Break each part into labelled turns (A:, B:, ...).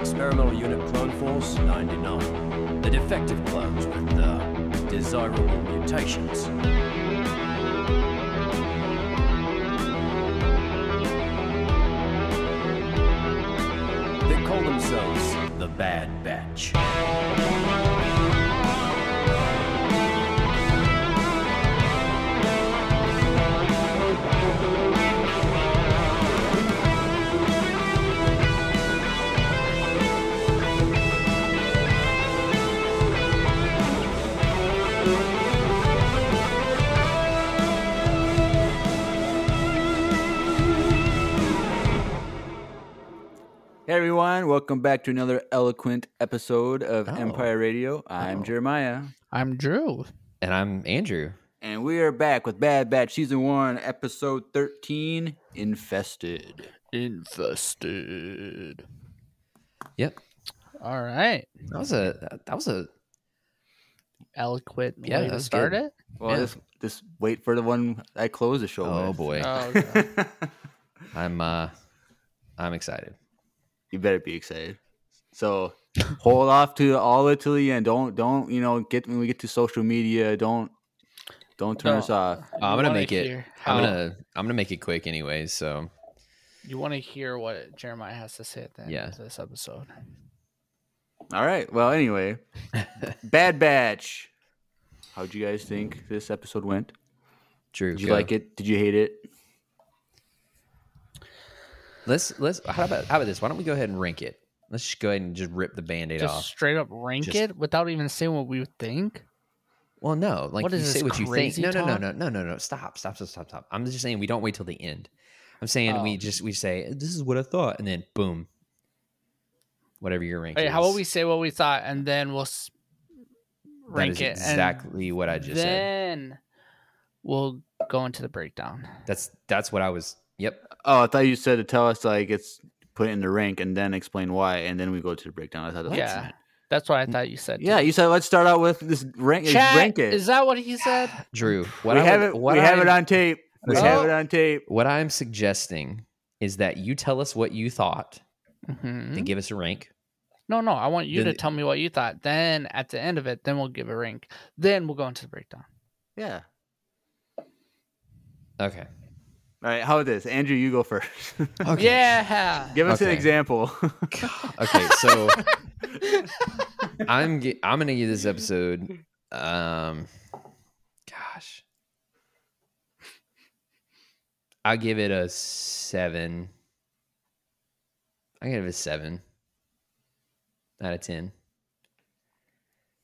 A: experimental unit Clone Force 99. The defective clones with uh, desirable mutations. They call themselves the Bad Batch.
B: Hey everyone, welcome back to another eloquent episode of
C: Oh.
B: Empire Radio. I'm
C: Oh.
B: Jeremiah,
D: I'm Drew.
C: And I'm Andrew.
B: and we are back with Bad Batch Season 1, Episode 13 Infested.
D: Infested.
C: Yep.
D: All right.
C: That was a that was a
D: Eloquent
C: Yeah,
D: way
C: that
D: to
C: was
D: start
C: good.
D: it.
B: Well,
C: Yeah.
B: this, this wait for the one I close the show
C: oh
B: with.
C: boy.
D: Oh,
C: I'm uh I'm excited.
B: you better be excited. So hold off to all the till the end. Don't don't you know get when we get to social media. Don't don't turn us
D: No.
B: off.
C: I'm
D: You
C: gonna
D: wanna
C: make it
D: hear
C: I'm
D: how-
C: gonna I'm gonna make it quick anyways, so
D: You want to hear what Jeremiah has to say at the end
C: Yeah.
D: of this episode?
B: All right. Well, anyway, Bad Batch. How'd you guys think this episode went?
C: Drew
B: Did you
C: go.
B: like it? Did you hate it?
C: Let's let's how about how about this? Why don't we go ahead and rank it? Let's just go ahead and just rip the band-aid
D: Just
C: off.
D: straight up rank
C: Just-
D: it without even saying what we would think.
C: Well, no, like
D: What
C: you
D: is
C: say
D: this,
C: what you think.
D: crazy
C: No, no, no,
D: talk?
C: no, no, no, no. Stop, stop, stop, stop, stop. I'm just saying we don't wait till the end. I'm saying
D: Oh.
C: we just we say this is what I thought, and then boom, whatever your rank.
D: Hey, how
C: is.
D: about we say what we thought and then we'll s-
C: That
D: rank
C: is
D: it?
C: exactly what I
D: and
C: just said.
D: then we'll go into the breakdown.
C: That's that's what I was. Yep.
B: Oh, I thought you said to tell us like it's put it in the rank and then explain why, and then we go to the breakdown. I thought that's
D: Yeah, that's what I
C: Mm.
D: thought you said.
B: Yeah,
D: too.
B: you said let's start out with this rank.
D: Chat,
B: rank it.
D: is that what he said?
C: Drew, what
B: we
C: I
B: have
C: would-
B: it.
C: what
B: We have it
C: I'm-
B: on tape. We
C: Listen.
B: have it on tape.
C: What I'm suggesting is that you tell us what you thought,
D: Mhm.
B: Hmm?
C: then give us a rank.
D: No, no, I want you
C: Then
D: to
C: the-
D: tell me what you thought. Then at the end of it, then we'll give a rank. Then we'll go into the breakdown.
B: Yeah.
C: Okay.
B: All right. How about this, Andrew? You go first.
C: Okay.
D: Yeah.
B: Give us an
C: Okay.
B: example.
C: Okay. So I'm gi- I'm gonna give this episode. Um, gosh, I'll give it a seven. I give it a seven out of ten.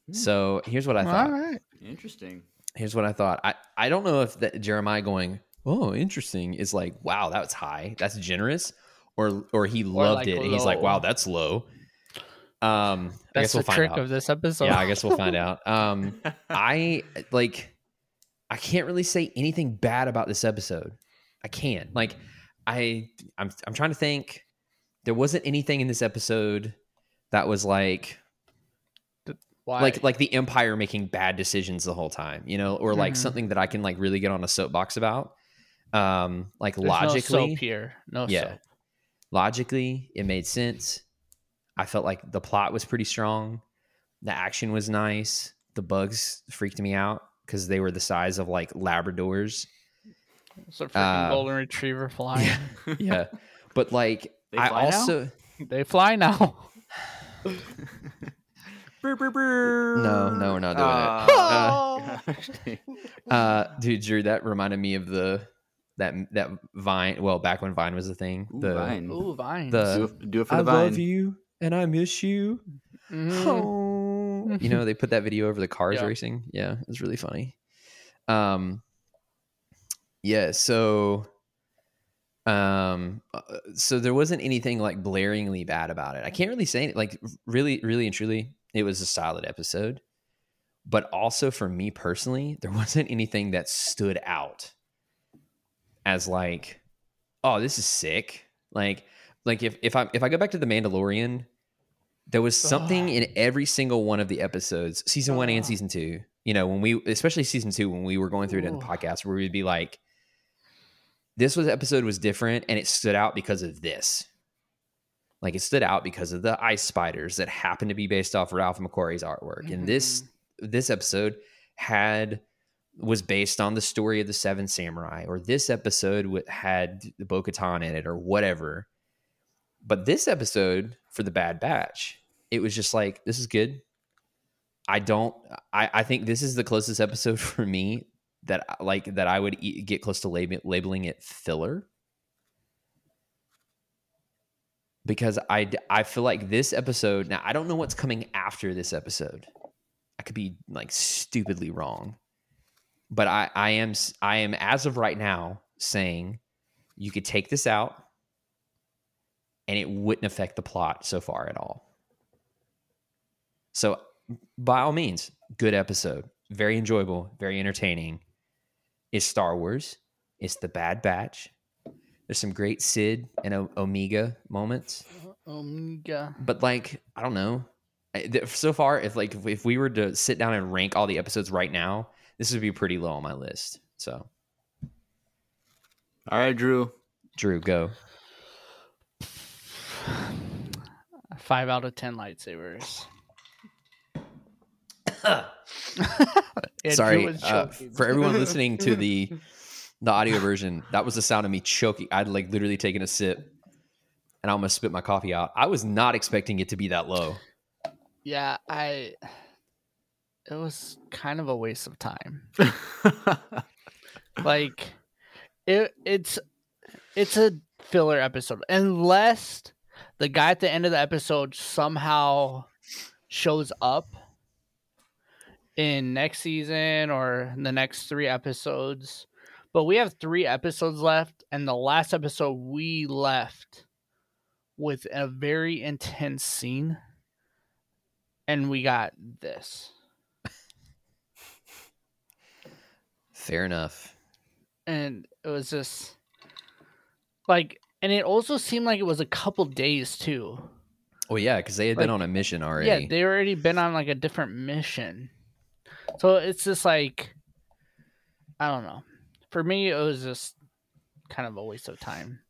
B: Hmm.
C: So here's what I thought.
D: All right.
B: Interesting.
C: here's what I thought. I, I don't know if that Jeremiah going, oh, interesting, is like, wow, that was high. That's generous. Or or he loved
D: like,
C: it. And he's like,
D: low.
C: wow, that's low. Um, I guess
D: That's
C: we'll
D: the
C: find
D: trick
C: out.
D: of this episode.
C: yeah, I guess we'll find out. Um, I like, I can't really say anything bad about this episode. I can't. Like, I I'm I'm trying to think. There wasn't anything in this episode that was like
D: Why?
C: like like the empire making bad decisions the whole time you know or like
B: Mm-hmm.
D: Mhm.
C: something that i can like really get on a soapbox about um like
D: There's no
C: logically
D: soap here. No
C: yeah
D: soap.
C: logically it made sense i felt like the plot was pretty strong the action was nice the bugs freaked me out because they were the size of like labradors
D: It's a freaking
C: Uh,
D: golden retriever flying.
C: yeah. yeah but like
B: They
C: i
B: fly now?
C: also
D: They fly now.
C: no no we're not doing it
B: Ah.
D: Oh.
C: Uh, dude, Drew, that reminded me of the that that Vine. Well, back when Vine was a thing,
B: Ooh,
C: the
B: Vine.
D: Ooh, vines.
C: the-
B: do, it, do it for
C: "I
B: the vine.
C: love you and I miss you."
D: Mhm.
C: Oh. you know, they put that video over the cars
D: Yeah.
C: racing. Yeah, it was really funny. Um, yeah. So, um, uh, so there wasn't anything like blaringly bad about it. I can't really say any- like really, really and truly, it was a solid episode. But also for me personally, there wasn't anything that stood out as like, oh, this is sick. Like, like if if I if I go back to the Mandalorian, there was something
D: Ah.
C: in every single one of the episodes, season one and
D: Ah.
C: season two. You know, when we especially season two, when we were going through it in the
D: Ooh.
C: podcast, where we'd be like, this was episode was different and it stood out because of this. Like it stood out because of the ice spiders that happened to be based off Ralph McQuarrie's artwork. And this this episode had was based on the story of the Seven Samurai, or this episode w- had the Bo-Katan in it, or whatever. But this episode for the Bad Batch, it was just like this is good. I don't. I, I think this is the closest episode for me that I- like that I would e- get close to lab- labeling it filler because I d- I feel like this episode now I don't know what's coming after this episode. I could be like stupidly wrong, but I I am s- I am as of right now saying you could take this out and it wouldn't affect the plot so far at all. So by all means, good episode, very enjoyable, very entertaining. It's Star Wars. It's the Bad Batch. There's some great Sid and o- Omega moments
D: Omega.
C: but like i don't know I- th- so far if like if, if we were to sit down and rank all the episodes right now this would be pretty low on my list so
B: All right, Drew.
C: drew go
D: Five out of ten lightsabers. Andrew
C: sorry
D: was
C: uh,
D: joking.
C: for everyone listening to the the audio version that was the sound of me choking i'd like literally taken a sip and i almost spit my coffee out i was not expecting it to be that low
D: yeah, I. It was kind of a waste of time. like it, it's it's a filler episode unless the guy at the end of the episode somehow shows up in next season or in the next three episodes but we have three episodes left and the last episode we left with a very intense scene and we got this
C: fair enough
D: and it was just like and it also seemed like it was a couple days too
C: oh yeah because they had been
D: Like,
C: on a mission already
D: yeah they already been on like a different mission so it's just like i don't know for me it was just kind of a waste of time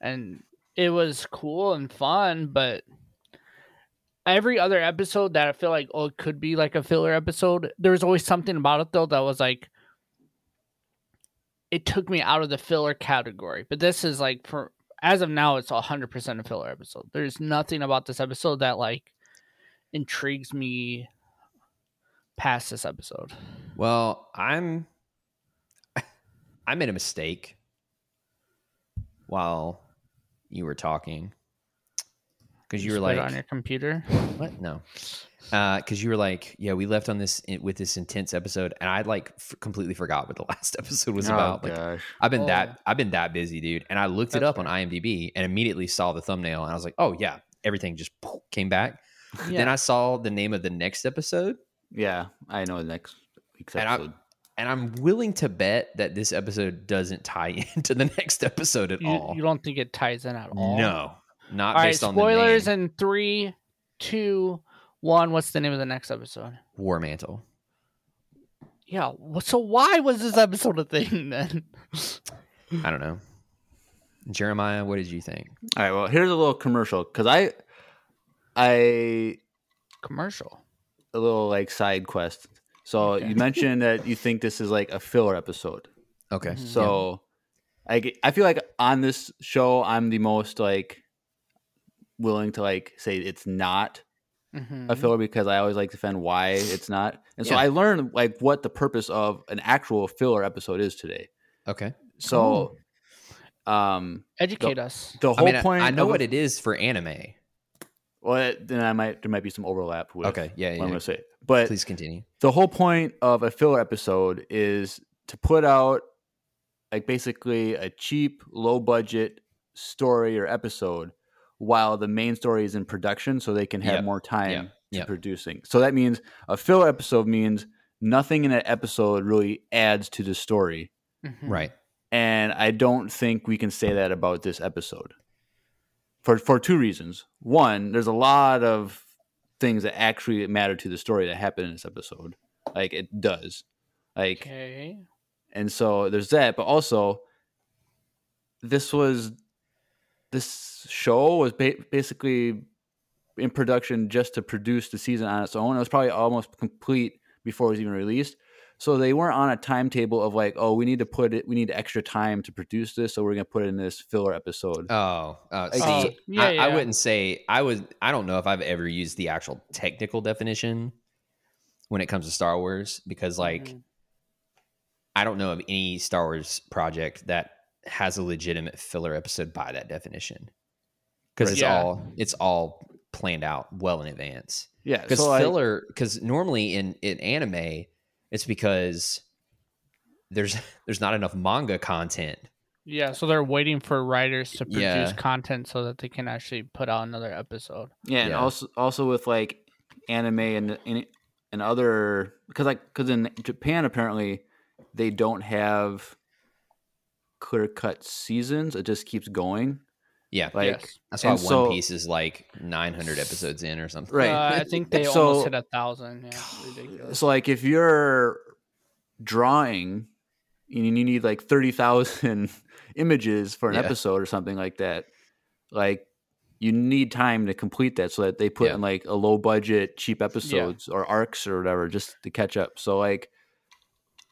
D: and it was cool and fun but every other episode that i feel like oh it could be like a filler episode there was always something about it though that was like it took me out of the filler category. But this is like for as of now, it's hundred percent a filler episode. There's nothing about this episode that like intrigues me past this episode.
C: Well, I'm I made a mistake while you were talking because you were
D: Just
C: like
D: put it on your computer.
C: what? No, because you were like, yeah, we left on this with this intense episode, and I like f- completely forgot what the last episode was
B: oh,
C: about. Like,
B: gosh.
C: I've been
D: Oh.
C: that I've been that busy, dude. And I looked it
D: That's
C: up on IMDb and immediately saw the thumbnail, and I was like, oh yeah, everything just came back.
D: Yeah.
C: Then I saw the name of the next episode.
B: Yeah, I know next week's
C: And I-
B: episode.
C: and I'm willing to bet that this episode doesn't tie into the next episode at
D: you,
C: all.
D: you don't think it ties in at all?
C: No, not
D: All right.
C: based on spoilers
D: Spoilers in three, two, one. What's the name of the next episode?
C: and War Mantle.
D: Yeah. wh- So why was this episode a thing then?
C: I don't know. Jeremiah, what did you think?
B: All right. Well, here's a little commercial because I, I
D: Commercial.
B: a little like side quest. So
D: Okay.
B: you mentioned that you think this is like a filler episode.
C: Okay,
D: Mhm.
B: So, I get- I feel like on this show I'm the most like willing to like say it's not
D: Mhm.
B: a filler because I always like to defend why it's not. And so
C: Mm-hmm. Yeah.
B: I learned like what the purpose of an actual filler episode is today.
C: okay.
B: So, um,
D: Educate us.
B: the
C: I
B: whole
C: mean, I-
B: point
C: I, know
B: of
C: what
B: a-
C: it is for anime.
B: Well, it- then I might there might be some overlap with
C: Okay, yeah,
B: what
C: yeah.
B: I'm going to say. But
C: Please continue.
B: the whole point of a filler episode is to put out like basically a cheap, low budget story or episode while the main story is in production so they can have
C: Yep,
B: more time
C: yep,
B: to
C: yep.
B: producing. So that means a filler episode means nothing in an episode really adds to the story.
D: Mhm.
C: Right.
B: And I don't think we can say that about this episode. For for two reasons. One, there's a lot of things that actually matter to the story that happen in this episode. Like it does. Like
D: Okay.
B: and so there's that, but also this was this show was ba- basically in production just to produce the season on its own. It was probably almost complete before it was even released. So they weren't on a timetable of like, oh, we need to put it, we need extra time to produce this, so we're gonna put it in this filler episode.
C: Oh, uh, see,
B: Oh,
D: yeah,
C: I, I
D: yeah.
C: wouldn't say I was. I don't know if I've ever used the actual technical definition when it comes to Star Wars because, like,
D: Mhm.
C: I don't know of any Star Wars project that has a legitimate filler episode by that definition because it's
D: Yeah.
C: all it's all planned out well in advance.
B: yeah,
C: Because
B: so like-
C: filler, because normally in in anime, it's because there's there's not enough manga content
D: Yeah, so they're waiting for writers to produce
C: Yeah.
D: content so that they can actually put out another episode.
B: Yeah, and
C: Yeah.
B: also also with like anime and and, and other because like because in Japan apparently they don't have clear cut seasons. It just keeps going.
C: Yeah,
B: Like
D: yes.
C: that's why
B: and
C: One
B: so-
C: Piece is like 900 episodes in or something.
B: right.
D: Uh, I think they
B: So-
D: almost hit a thousand. Yeah, it's ridiculous.
B: so like if you're drawing and you need like thirty thousand images for an
C: Yeah.
B: episode or something like that, like you need time to complete that so that they put
C: Yeah.
B: in like a low budget cheap episodes or arcs or whatever just to catch up so like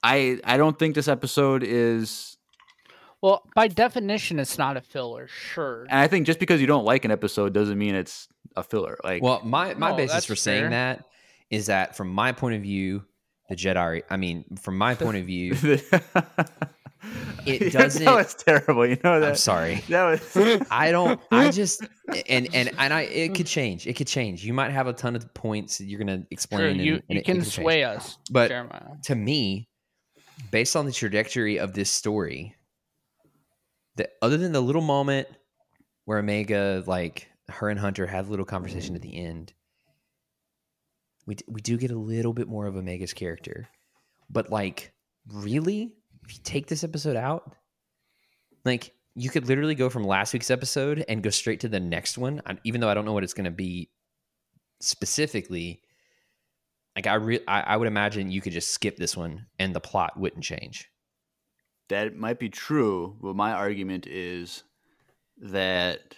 B: i i don't think this episode is
D: Well, by definition, it's not a filler. Sure.
B: and i think just because you don't like an episode doesn't mean it's a filler like
C: Well, my my
D: No,
C: basis
D: that's
C: for saying
D: fair.
C: that is that from my point of view, the Jedi. I mean, from my point of view, It doesn't-
B: that was terrible you know
C: I'm
B: that
C: sorry.
B: that was
C: I don't. I just and and and I. It could change. It could change. You might have a ton of points that you're gonna
D: Sure,
C: explain. and-
D: you
C: and
D: you
C: it- it
D: can
C: could change.
D: sway us,
C: But-
D: Jeremiah.
C: To me, based on the trajectory of this story, that other than the little moment where Omega, like her and Hunter, have a little conversation at the end, we d- we do get a little bit more of Omega's character, but like really, if you take this episode out, like you could literally go from last week's episode and go straight to the next one, I- even though I don't know what it's going to be specifically. Like I, re- I, I would imagine you could just skip this one and the plot wouldn't change.
B: That might be true, but my argument is that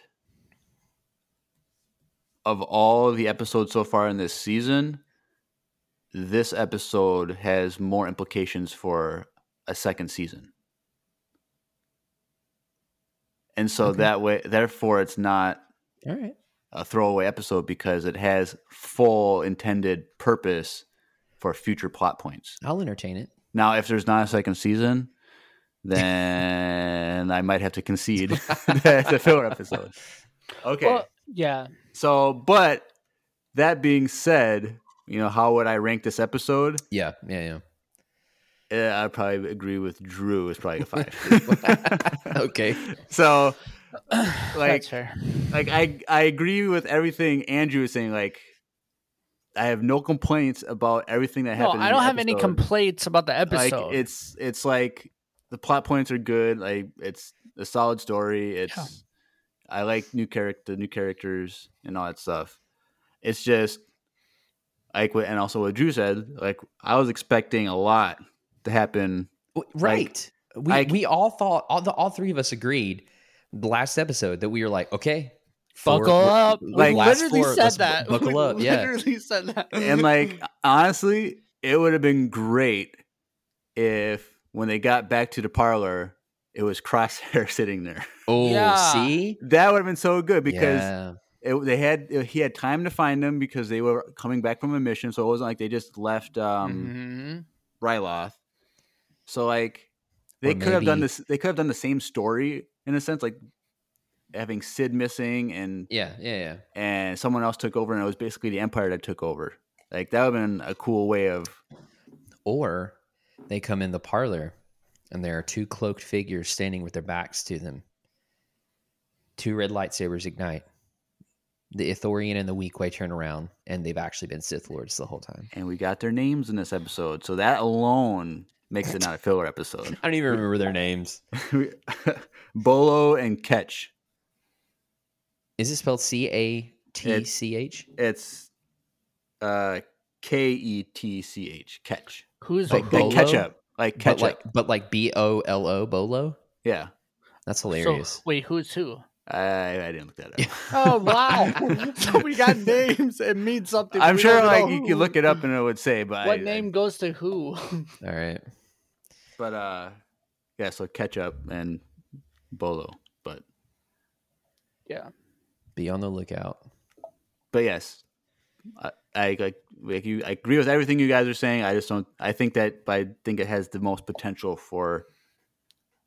B: of all the episodes so far in this season, this episode has more implications for a second season. And so
C: Okay.
B: that way therefore it's not
C: All right.
B: a throwaway episode because it has full intended purpose for future plot points.
C: I'll entertain it.
B: Now, if there's not a second season, then I might have to concede that the filler episode. Okay.
D: Well, yeah.
B: so, but that being said, you know, how would I rank this episode?
C: Yeah, yeah,
B: Eh, I'd probably agree with Drew. It's probably a five.
C: yeah. okay.
B: so, like,
D: That's fair.
B: like I I agree with everything Andrew was saying. Like, I have no complaints about everything that
D: No,
B: happened. in
D: I
B: the
D: don't have any
B: episode.
D: complaints about the episode.
B: Like it's it's like the plot points are good. Like it's a solid story. It's I like new character, new characters, and all that stuff. It's just like what, and also what Drew said. Like I was expecting a lot to happen.
C: W- Right. we
B: I-
C: we all thought all the all three of us agreed the last episode that we were like, okay,
D: buckle
C: four-
D: up.
B: like,
D: we
C: last
D: literally
C: four of
D: said
C: us bu-
D: that.
C: buckle
D: we
C: up, yeah.
D: Literally said that.
B: And like honestly, it would have been great if when they got back to the parlor, it was Crosshair sitting there.
C: Oh,
D: Yeah.
C: see,
B: That would have been so good because
C: Yeah.
B: it, they had uh, he had time to find them because they were coming back from a mission, so it wasn't like they just left um,
D: Mhm.
B: Ryloth. So like they
C: Mm-hmm. Or
B: could have done
C: maybe-
B: this. They could have done the same story in a sense, like having Sid missing and
C: yeah, yeah, yeah.
B: and someone else took over, and it was basically the Empire that took over. Like that would have been a cool way of
C: Or they come in the parlor, and there are two cloaked figures standing with their backs to them. Two red lightsabers ignite. The Ithorian and the Weequay turn around, and they've actually been Sith lords the whole time.
B: and we got their names in this episode, so that alone makes it not a filler episode.
C: I don't even remember their names.
B: Bolo and Ketch.
C: Is it spelled C A T C H?
B: It's uh K E T C H catch.
D: Mm-hmm. Who's
C: Like
B: Like,
D: Bolo?
B: like ketchup. Like
C: But
B: ketchup.
C: like, but like B O L O Bolo.
B: yeah.
C: That's
D: So,
C: hilarious.
D: wait, who's who?
B: I, I didn't look that up.
D: Oh wow! we got names. It means something.
B: I'm
D: We
B: sure
D: don't know
B: like you
D: who-
B: could look it up and it would say, but
D: What
B: I-
D: name goes to who?
C: All right.
B: but uh, yeah. So ketchup and bolo, but
D: yeah.
C: Be on the lookout.
B: but yes, I, I like, like you. I agree with everything you guys are saying. I just don't. I think that I think it has the most potential for.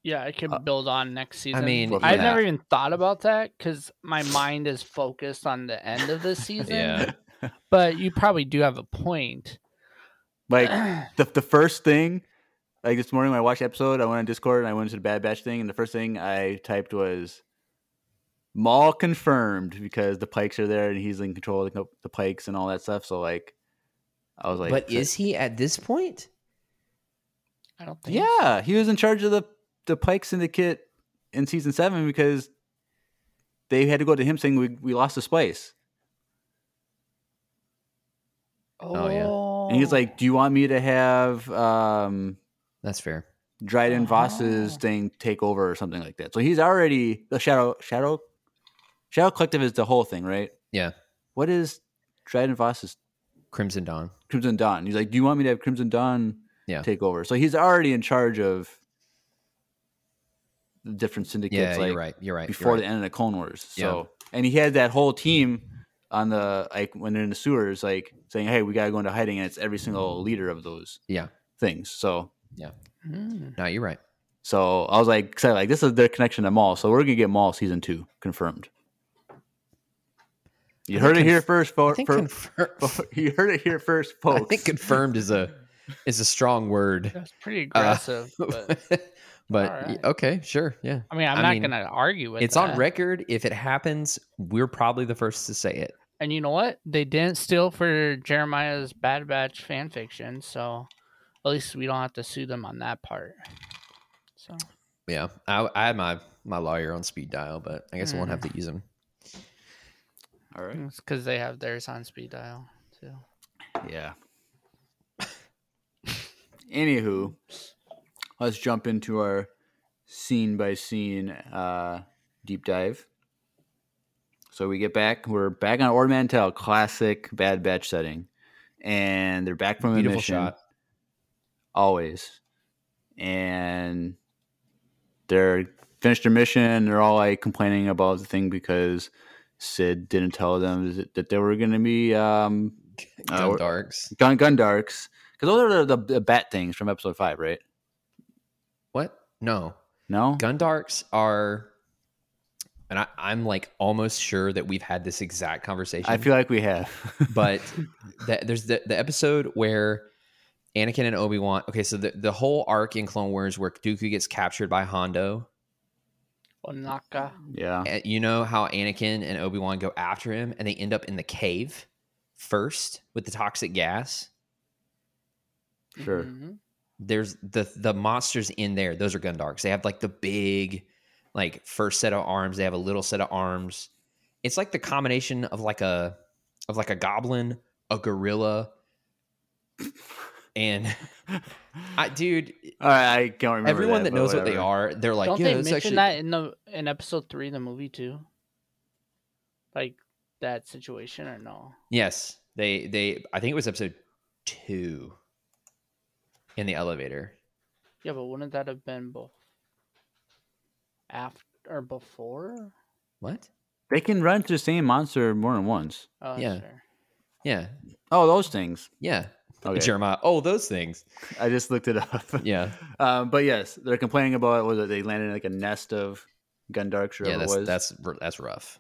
D: Yeah, I can build on next season.
C: Uh, mean,
D: I've
C: yeah.
D: never even thought about that because my mind is focused on the end of the season.
C: Yeah.
D: But you probably do have a point.
B: Like the the first thing, like this morning when I watched the episode, I went on Discord and I went to the Bad Batch thing, and the first thing I typed was Maul confirmed because the Pikes are there and he's in control of the, the Pikes and all that stuff. So like, I was like,
C: but is he at this point?
D: I don't think.
B: yeah, he was in charge of the the Pike Syndicate in season seven because they had to go to him saying we we lost the spice.
C: Oh, yeah.
B: And he's like, "Do you want me to have um,
C: That's fair.
B: Dryden Voss's
D: Oh.
B: thing take over or something like that?" So he's already the Shadow Shadow Shadow Collective is the whole thing, right?
C: Yeah.
B: What is Dryden Voss's
C: Crimson Dawn.
B: Crimson Dawn? He's like, "Do you want me to have Crimson Dawn
C: Yeah.
B: take over?" So he's already in charge of the different syndicates.
C: Yeah,
B: like,
C: you're right. You're right.
B: before
C: you're
B: the
C: right.
B: end of the Clone Wars. So and he had that whole team on the like when they're in the sewers, like saying, "Hey, we gotta go into hiding," and it's every single leader of those
C: Yeah.
B: things. So
D: Mm.
C: No, you're right.
B: so I was like excited, like this is their connection to Maul. So we're gonna get Maul season two confirmed. You
C: I
B: heard it
C: think
B: here
C: conf-
B: first, fo-
C: I think,
B: for-
C: confirmed,
B: you heard it here first,
C: I
B: folks.
C: think confirmed is a is a strong word.
D: That's pretty
C: Uh,
D: aggressive. but,
C: but
D: Alright.
C: okay, sure. Yeah.
D: I mean, I'm
C: I
D: not
C: mean,
D: gonna argue with.
C: it's
D: that.
C: on record. If it happens, we're probably the first to say it.
D: And you know what? They didn't steal for Jeremiah's Bad Batch fan fiction, so at least we don't have to sue them on that part. So
C: Yeah. I, I had my, my lawyer on speed dial, but I guess I won't
D: Mhm.
C: have to use him.
B: All right.
C: mm.
D: it's because they have theirs on speed dial too.
B: Yeah. Anywho, let's jump into our scene by scene uh, deep dive. So we get back. We're back on Ord Mantell, classic Bad Batch setting, and they're back from a
C: Beautiful
B: mission
C: shot.
B: always. And they're finished their mission. They're all like complaining about the thing because Sid didn't tell them that- that they were going to be um, Uh,
C: Gun
B: we're-
C: darks.
B: Gun Gundarks. Because those are the, the, the bat things from episode five, right?
C: What? No.
B: No?
C: Gundarks are, and I, I'm like almost sure that we've had this exact conversation.
B: I feel like we have.
C: but that there's the, the episode where Anakin and Obi Wan. Okay, so the, the whole arc in Clone Wars where Dooku gets captured by Hondo.
D: Onaka.
B: yeah.
C: And You know how Anakin and Obi Wan go after him, and they end up in the cave first with the toxic gas.
B: Sure.
D: Mhm.
C: There's the the monsters in there. Those are Gundarks. They have like the big, like first set of arms. They have a little set of arms. It's like the combination of like a of like a goblin, a gorilla, and I, dude,
B: All right. I can't remember.
C: everyone that
B: but
C: knows what they
B: whatever.
C: are, they're like,
D: Don't
C: yeah,
D: they
C: this
D: mention
C: actually,
D: that in the in episode three of the movie too? Like that situation or no?
C: Yes, they they. I think it was episode two. In the elevator,
D: Yeah, but wouldn't that have been bef- after or before?
C: what?
B: They can run to the same monster more than once.
D: Oh,
C: Yeah.
D: sure.
C: Yeah,
B: Oh, those things.
C: yeah.
B: Okay.
C: Jeremiah. Oh, those things.
B: I just looked it up.
C: Yeah,
B: Um, but yes, they're complaining about was it they landed in like a nest of Gundarks or
C: yeah.
B: whatever
C: That's
B: it was.
C: that's r- that's rough.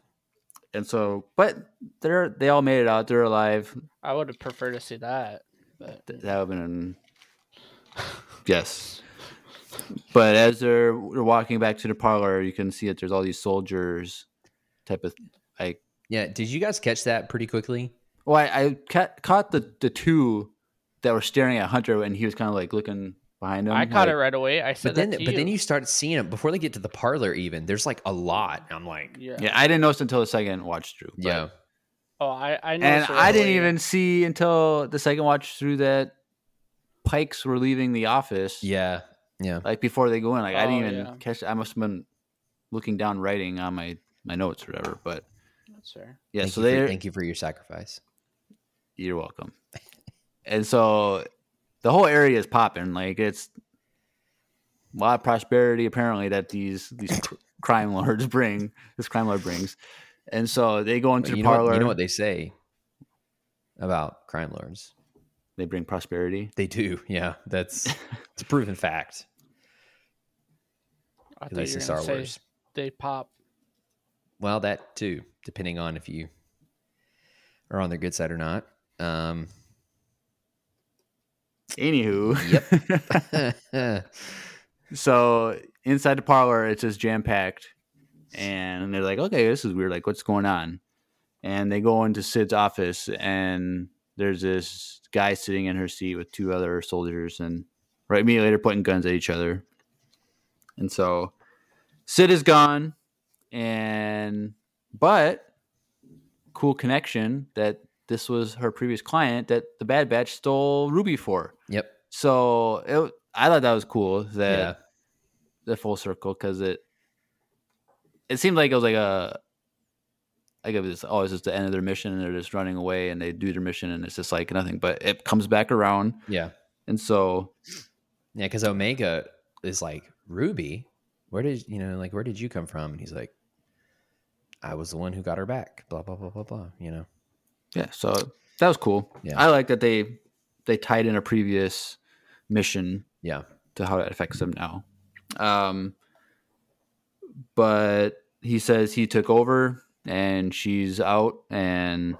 B: and so, but they're they all made it out. They're alive.
D: I would have preferred to see that. But
B: Th- That would have been. Yes. But as they're, they're walking back to the parlor, you can see that there's all these soldiers type of. I
C: Yeah. Did you guys catch that pretty quickly?
B: well, I, I ca- caught the, the two that were staring at Hunter, and he was kind of like looking behind him.
D: I caught
B: like,
D: it right away. I said
C: But then,
D: that to
C: but then you start seeing them before they get to the parlor. Even there's like a lot. and I'm like,
D: Yeah.
B: Yeah, I didn't notice until the second watch through. but-
C: yeah,
D: Oh, I I
B: and
D: noticed it right
B: I didn't
D: away.
B: even see until the second watch through that Pikes were leaving the office.
C: yeah, yeah.
B: like before they go in. Like I didn't
D: Oh,
B: even
D: yeah.
B: catch. I must have been looking down writing on my my notes or whatever. But
D: That's fair.
B: yeah,
C: thank
B: so
C: you for-
B: they
C: thank you for your sacrifice.
B: You're welcome. And so the whole area is popping. Like it's a lot of prosperity apparently that these these cr- crime lords bring. This crime lord brings. And so they go into
C: Well,
B: the
C: you, know
B: parlor.
C: what, you know what they say about crime lords?
B: they bring prosperity.
C: They do. Yeah, that's it's a proven fact.
D: I
C: At
D: thought
C: least
D: you
C: in
D: were
C: Star
D: gonna say
C: Wars.
D: They pop.
C: Well, that too, depending on if you are on their good side or not. Um,
B: Anywho, yep.
C: Uh,
B: so inside the parlor, it's just jam packed, and they're like, "Okay, this is weird. Like, what's going on?" And they go into Sid's office, and there's this guy sitting in her seat with two other soldiers, and right immediately they're pointing guns at each other. And so Sid is gone, and but cool connection that this was her previous client that the Bad Batch stole Ruby for.
C: yep.
B: So it, I thought that was cool that
C: Yeah.
B: the full circle because it it seemed like it was like a like it was oh it's just the end of their mission and they're just running away and they do their mission and it's just like nothing but it comes back around
C: Yeah.
B: and so
C: Yeah. Because Omega is like Ruby. Where did you know? Like, where did you come from? And he's like, I was the one who got her back. Blah blah blah blah blah. You know.
B: yeah so that was cool
C: Yeah.
B: I like that they they tied in a previous mission
C: Yeah.
B: to how it affects them now. Um, but he says he took over and she's out and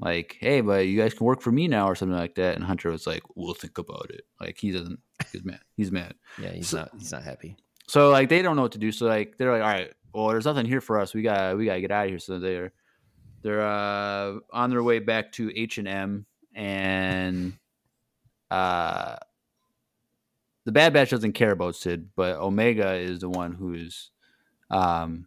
B: like, hey, but you guys can work for me now or something like that. And Hunter was like, we'll think about it. Like he doesn't. He's mad. He's mad.
C: Yeah. He's
B: So-
C: not. He's not happy.
B: So like they don't know what to do. So like they're like, all right, well, there's nothing here for us. We got we gotta get out of here. So they're they're uh, on their way back to H and M, and uh, the Bad Batch doesn't care about Sid, but Omega is the one who's um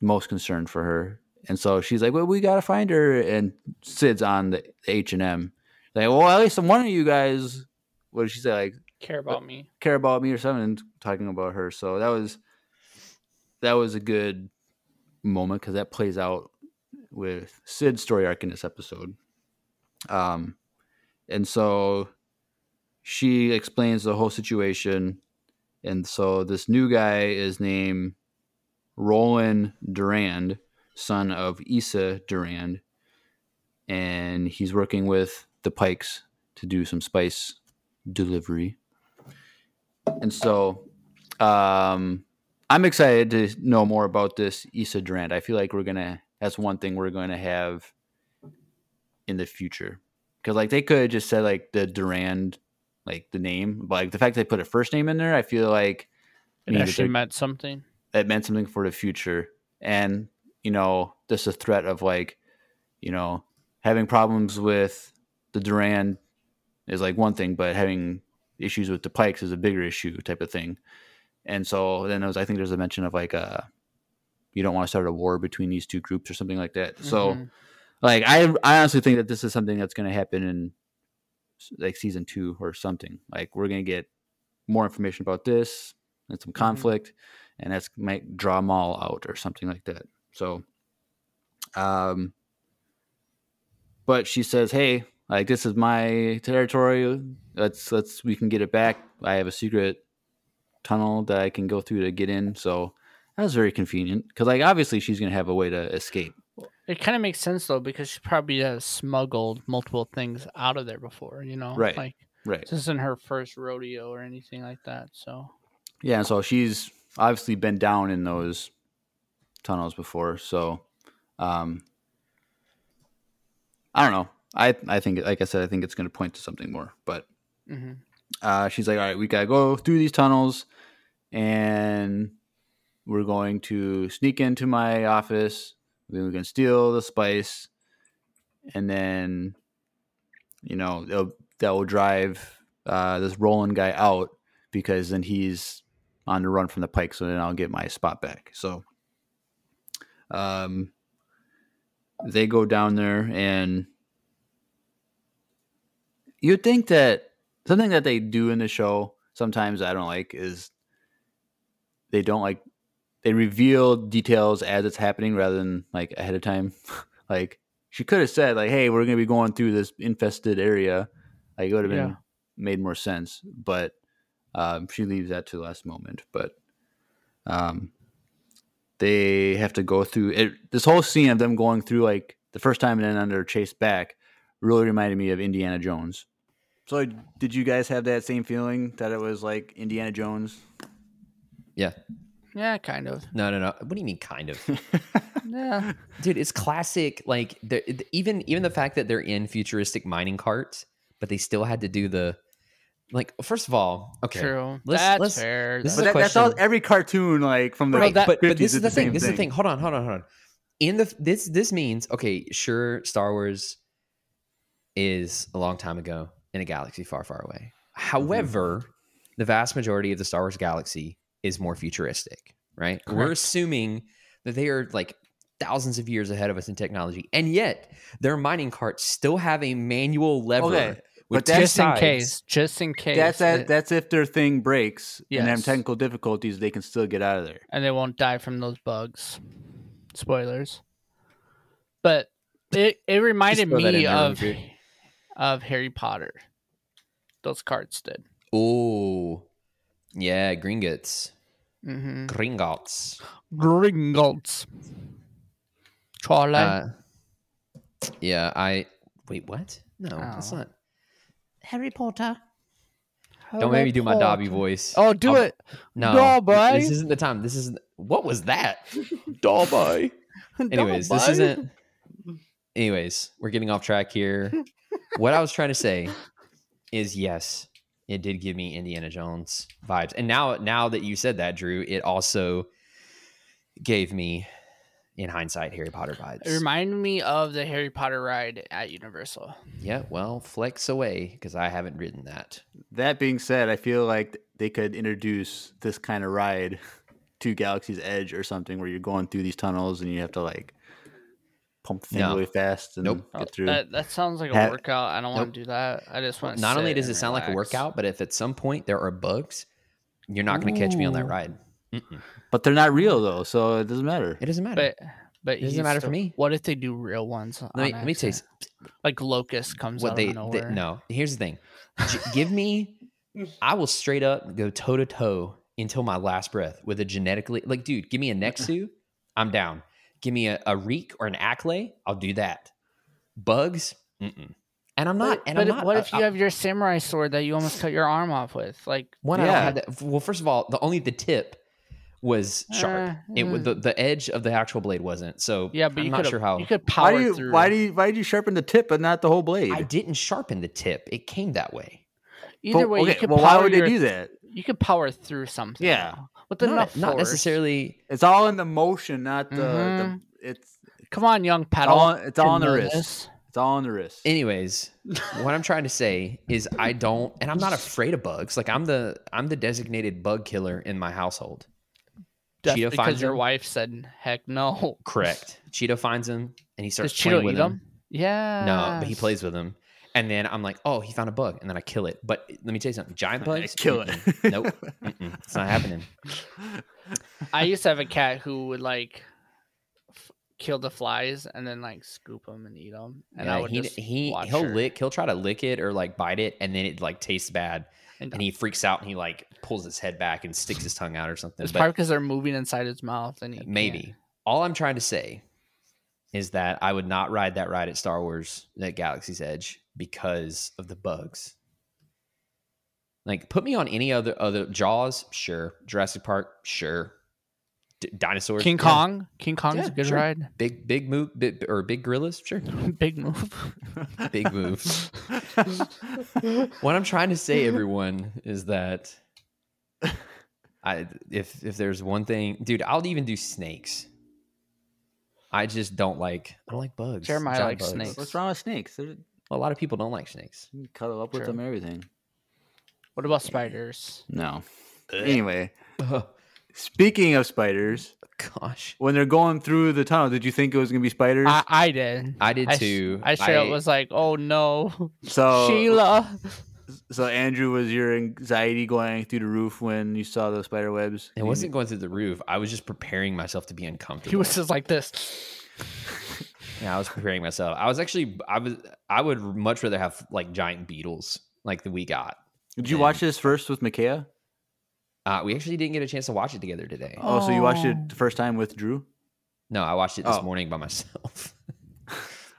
B: most concerned for her. And so she's like, "Well, we gotta find her." And Sid's on the H and M. Like, well, at least one of you guys. What did she say? Like,
D: Care about me.
B: care about me or something and talking about her so that was that was a good moment because that plays out with sid's story arc in this episode um and so she explains the whole situation and so this new guy is named roland durand son of isa durand and he's working with the pikes to do some spice delivery and so um, I'm excited to know more about this Issa Durant. I feel like we're gonna that's one thing we're gonna have in the future because like they could have just said like the Durand, like the name, but like the fact they put a first name in there, I feel like
D: It
B: means that
D: actually
B: they're-
D: meant something.
B: that meant something for the future and you know just a threat of like you know having problems with the duran is like one thing but having issues with the pikes is a bigger issue type of thing and so then there was i think there's a mention of like uh you don't want to start a war between these two groups or something like that so
D: Mhm.
B: like I, I honestly think that this is something that's going to happen in like season two or something. Like we're going to get more information about this and some conflict, and that's might draw them all out or something like that. So, um, but she says, "Hey, like this is my territory. Let's let's we can get it back. I have a secret tunnel that I can go through to get in." So. That was very convenient because, like, obviously she's gonna have a way to escape.
D: it kind of makes sense though because she probably has smuggled multiple things out of there before. You know,
B: Right.
D: Like
B: Right.
D: this isn't her first rodeo or anything like that. So
B: Yeah, and so she's obviously been down in those tunnels before. So, um, I don't know. I I think, like I said, I think it's going to point to something more. But
D: mhm.
B: uh, she's like, "All right, we gotta go through these tunnels, and we're going to sneak into my office. Then we can steal the spice, and then, you know, it'll, that will drive uh, this Roland guy out because then he's on the run from the pike. So then I'll get my spot back. So, um, they go down there, and you'd think that something that they do in the show sometimes I don't like is they don't like they reveal details as it's happening rather than like ahead of time. like she could have said like, "Hey, we're gonna be going through this infested area." Like it would have been
D: Yeah.
B: made more sense, but um, she leaves that to the last moment. But um, they have to go through it. This whole scene of them going through like the first time and then under chase back really reminded me of Indiana Jones. So did you guys have that same feeling that it was like Indiana Jones?
C: Yeah.
D: Yeah, kind of.
C: No, no, no. What do you mean, kind of?
D: Yeah.
C: dude it's classic like the, the- even even the fact that they're in futuristic mining carts but they still had to do the like first of all okay
D: True.
C: Let's-
D: that's
C: let's-
D: fair.
C: this
B: But
D: That-
B: that,
C: a
B: that's all
C: question.
B: every cartoon like from the
D: Right,
C: but,
D: that-
C: but
B: 50s
C: this
B: did
C: is the,
B: the
C: thing
B: same
C: this is the
B: thing.
C: thing hold on hold on hold on in the this this means okay sure star wars is a long time ago in a galaxy far far away however the vast majority of the star wars galaxy is more futuristic right we're
D: Correct.
C: assuming that they are like thousands of years ahead of us in technology and yet their mining carts still have a manual lever
B: Okay,
C: with
B: but that's-
C: two
D: just in
C: sides.
D: case. Just in case.
B: that's that,
D: it-
B: that's if their thing breaks and have
D: Yes.
B: technical difficulties, they can still get out of there.
D: and they won't die from those bugs. Spoilers. But it it reminded
C: throw that in
D: me
C: there
D: of
C: really quick.
D: of Harry Potter. Those cards did.
C: oh yeah gringotts
D: Mm-hmm.
C: gringotts
D: Gringotts. Charlie.
C: Uh, yeah, I wait. What? No, that's
D: Oh.
C: not. Harry Potter. Don't make me do my Dobby voice.
D: Oh, do
C: I'll-
D: it.
C: no,
D: Dobby.
C: This isn't the time. This isn't. What was that? Dobby. Anyways, this
D: Dobby.
C: isn't. Anyways, we're getting off track here. what I was trying to say is yes, it did give me Indiana Jones vibes, and now now that you said that, Drew, it also gave me, in hindsight, Harry Potter vibes.
D: It reminded me of the Harry Potter ride at Universal.
C: Yeah, well, flex away because I haven't written that.
B: That being said, I feel like they could introduce this kind of ride to Galaxy's Edge or something, where you're going through these tunnels and you have to like pump the thing
C: No.
B: really fast and
C: Nope.
B: get through.
D: That, that sounds like a
B: Have-
D: workout. I don't
C: Nope.
D: want to do that. I just want. to
C: Not only does it sound like a workout, but if at some point there are bugs, you're not going to catch me on that
D: Ooh.
C: ride.
B: but they're not real though, so it doesn't matter.
C: It doesn't matter.
D: but but
C: doesn't
D: you
C: matter for
D: still-
C: me.
D: What if they do real ones?
C: let me,
D: on
C: let me tell you
D: accident? like locust comes
C: what
D: out
C: they,
D: of
C: they
D: nowhere.
C: no. Here's the thing: J- give me, I will straight up go toe to toe until my last breath with a genetically like, dude. Give me a Nexu, I'm down. Give me a, a Reek or an Acklay, I'll do that. Bugs, mm-mm. and I'm not.
D: But,
C: and
D: but
C: I'm not.
D: what
C: I-
D: if you
C: I-
D: have your samurai sword that you almost cut your arm off with? Like,
C: One, I
B: Yeah.
C: don't have that. Well, first of all, the only the tip was sharp.
D: Uh,
C: it was
D: mm.
C: the, the edge of the actual blade wasn't. So
D: yeah, but
C: I'm
D: you
C: not
D: could
C: sure how.
D: you could power
B: Why do you
D: through.
B: why do you why did you sharpen the tip but not the whole blade?
C: I didn't sharpen the tip. It came that way.
D: either
B: But-
D: way?
B: okay,
D: you could
B: well,
D: power
B: why would
D: your,
B: they do that?
D: You could power through something.
B: Yeah.
D: though, with
C: Not,
D: enough
C: not
D: force.
C: necessarily.
B: It's all in the motion, not the.
D: Mhm.
B: the it's
D: Come on, young paddle.
B: all- it's all
D: You
B: on the
D: know
B: wrist.
D: this.
B: it's all in the wrist.
C: Anyways, what I'm trying to say is I don't, and I'm not afraid of bugs. Like I'm the I'm the designated bug killer in my household.
D: Just
C: Cheetah
D: because
C: finds
D: your
C: him.
D: wife said, "Heck no."
C: Correct. Cheeto finds him and he
D: Does
C: starts playing
D: Cheeto
C: with
D: eat
C: him.
D: them? Yeah.
C: No, but he plays with him. And then I'm like, oh, he found a bug, and then I kill it. But let me tell you something: giant bugs,
B: kill it.
C: Mm-mm. nope, Mm-mm. it's not happening.
D: I used to have a cat who would like f- kill the flies and then like scoop them and eat them, and I
C: Yeah,
D: would
C: he
D: just
C: he
D: watch
C: he'll
D: her
C: lick, he'll try to lick it or like bite it, and then it like tastes bad,
D: And,
C: and he freaks out and he like pulls his head back and sticks his tongue out or something.
D: it's
C: but
D: probably because they're moving inside his mouth, and he can't.
C: maybe all I'm trying to say is that I would not ride that ride at Star Wars at Galaxy's Edge because of the bugs. Like, put me on any other other Jaws, sure. Jurassic Park, sure. D- dinosaurs,
D: King
C: yeah.
D: Kong. King Kong's
C: Yeah,
D: a good
C: sure.
D: ride.
C: big big move, big, or big gorillas, sure.
D: Big move.
C: big moves. what I'm trying to say, everyone, is that I if if there's one thing, dude, I'll even do snakes. I just don't like I don't like bugs.
D: Jeremiah
C: giant
D: likes snakes.
B: What's wrong with snakes? They're,
C: Well, a lot of people don't like snakes.
B: you cuddle up with
D: True.
B: them, and everything.
D: What about spiders?
B: No. Anyway,
C: Oh,
B: speaking of spiders,
C: gosh,
B: when they're going through the tunnel, did you think it was gonna be spiders?
D: I, I did.
C: I did
D: I, s-
C: too.
D: I straight up was like, oh no,
B: so
D: Sheila.
B: So Andrew, was your anxiety going through the roof when you saw the spider webs?
C: It wasn't going through the roof. I was just preparing myself to be uncomfortable.
D: He was just like this.
C: Yeah, I was preparing myself. I was actually I was I would much rather have like giant beetles like that we got.
B: Did you watch this first with Micaiah?
C: Uh, we actually didn't get a chance to watch it together today.
B: Oh, so you watched
D: Oh.
B: it the first time with Drew?
C: No, I watched it this
B: Oh.
C: morning by myself.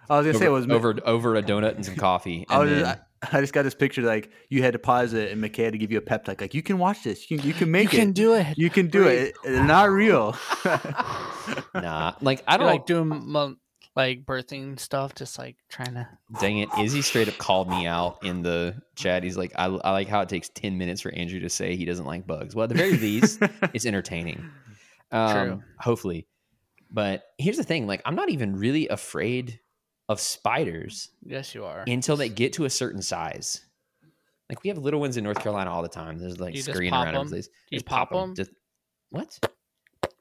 B: I was gonna say it
C: over,
B: was Mi-
C: over over a donut and some coffee.
B: I,
C: And
B: was
C: then,
B: just, I, I just got this picture like you had to pause it and Micaiah had to give you a pep talk like you can watch this, you can, you can make
D: you
B: it,
D: can do it.
B: you can do
D: breathe.
B: it. They're not real.
C: nah, like I
D: I
C: don't
D: like doing mo- like birthing stuff, just like trying to.
C: Dang it. Izzy straight up called me out in the chat. He's like, I, I like how it takes 10 minutes for Andrew to say he doesn't like bugs. Well, at the very least, it's entertaining. Um,
D: True.
C: Hopefully. But here's the thing like, I'm not even really afraid of spiders
D: Yes, you are.
C: until they get to a certain size. Like, we have little ones in North Carolina all the time. There's like
D: You just
C: scurrying
D: pop
C: around every
D: 'em?
C: place.
D: you
C: Just
D: pop
C: 'em.
D: 'em?
C: Just, what?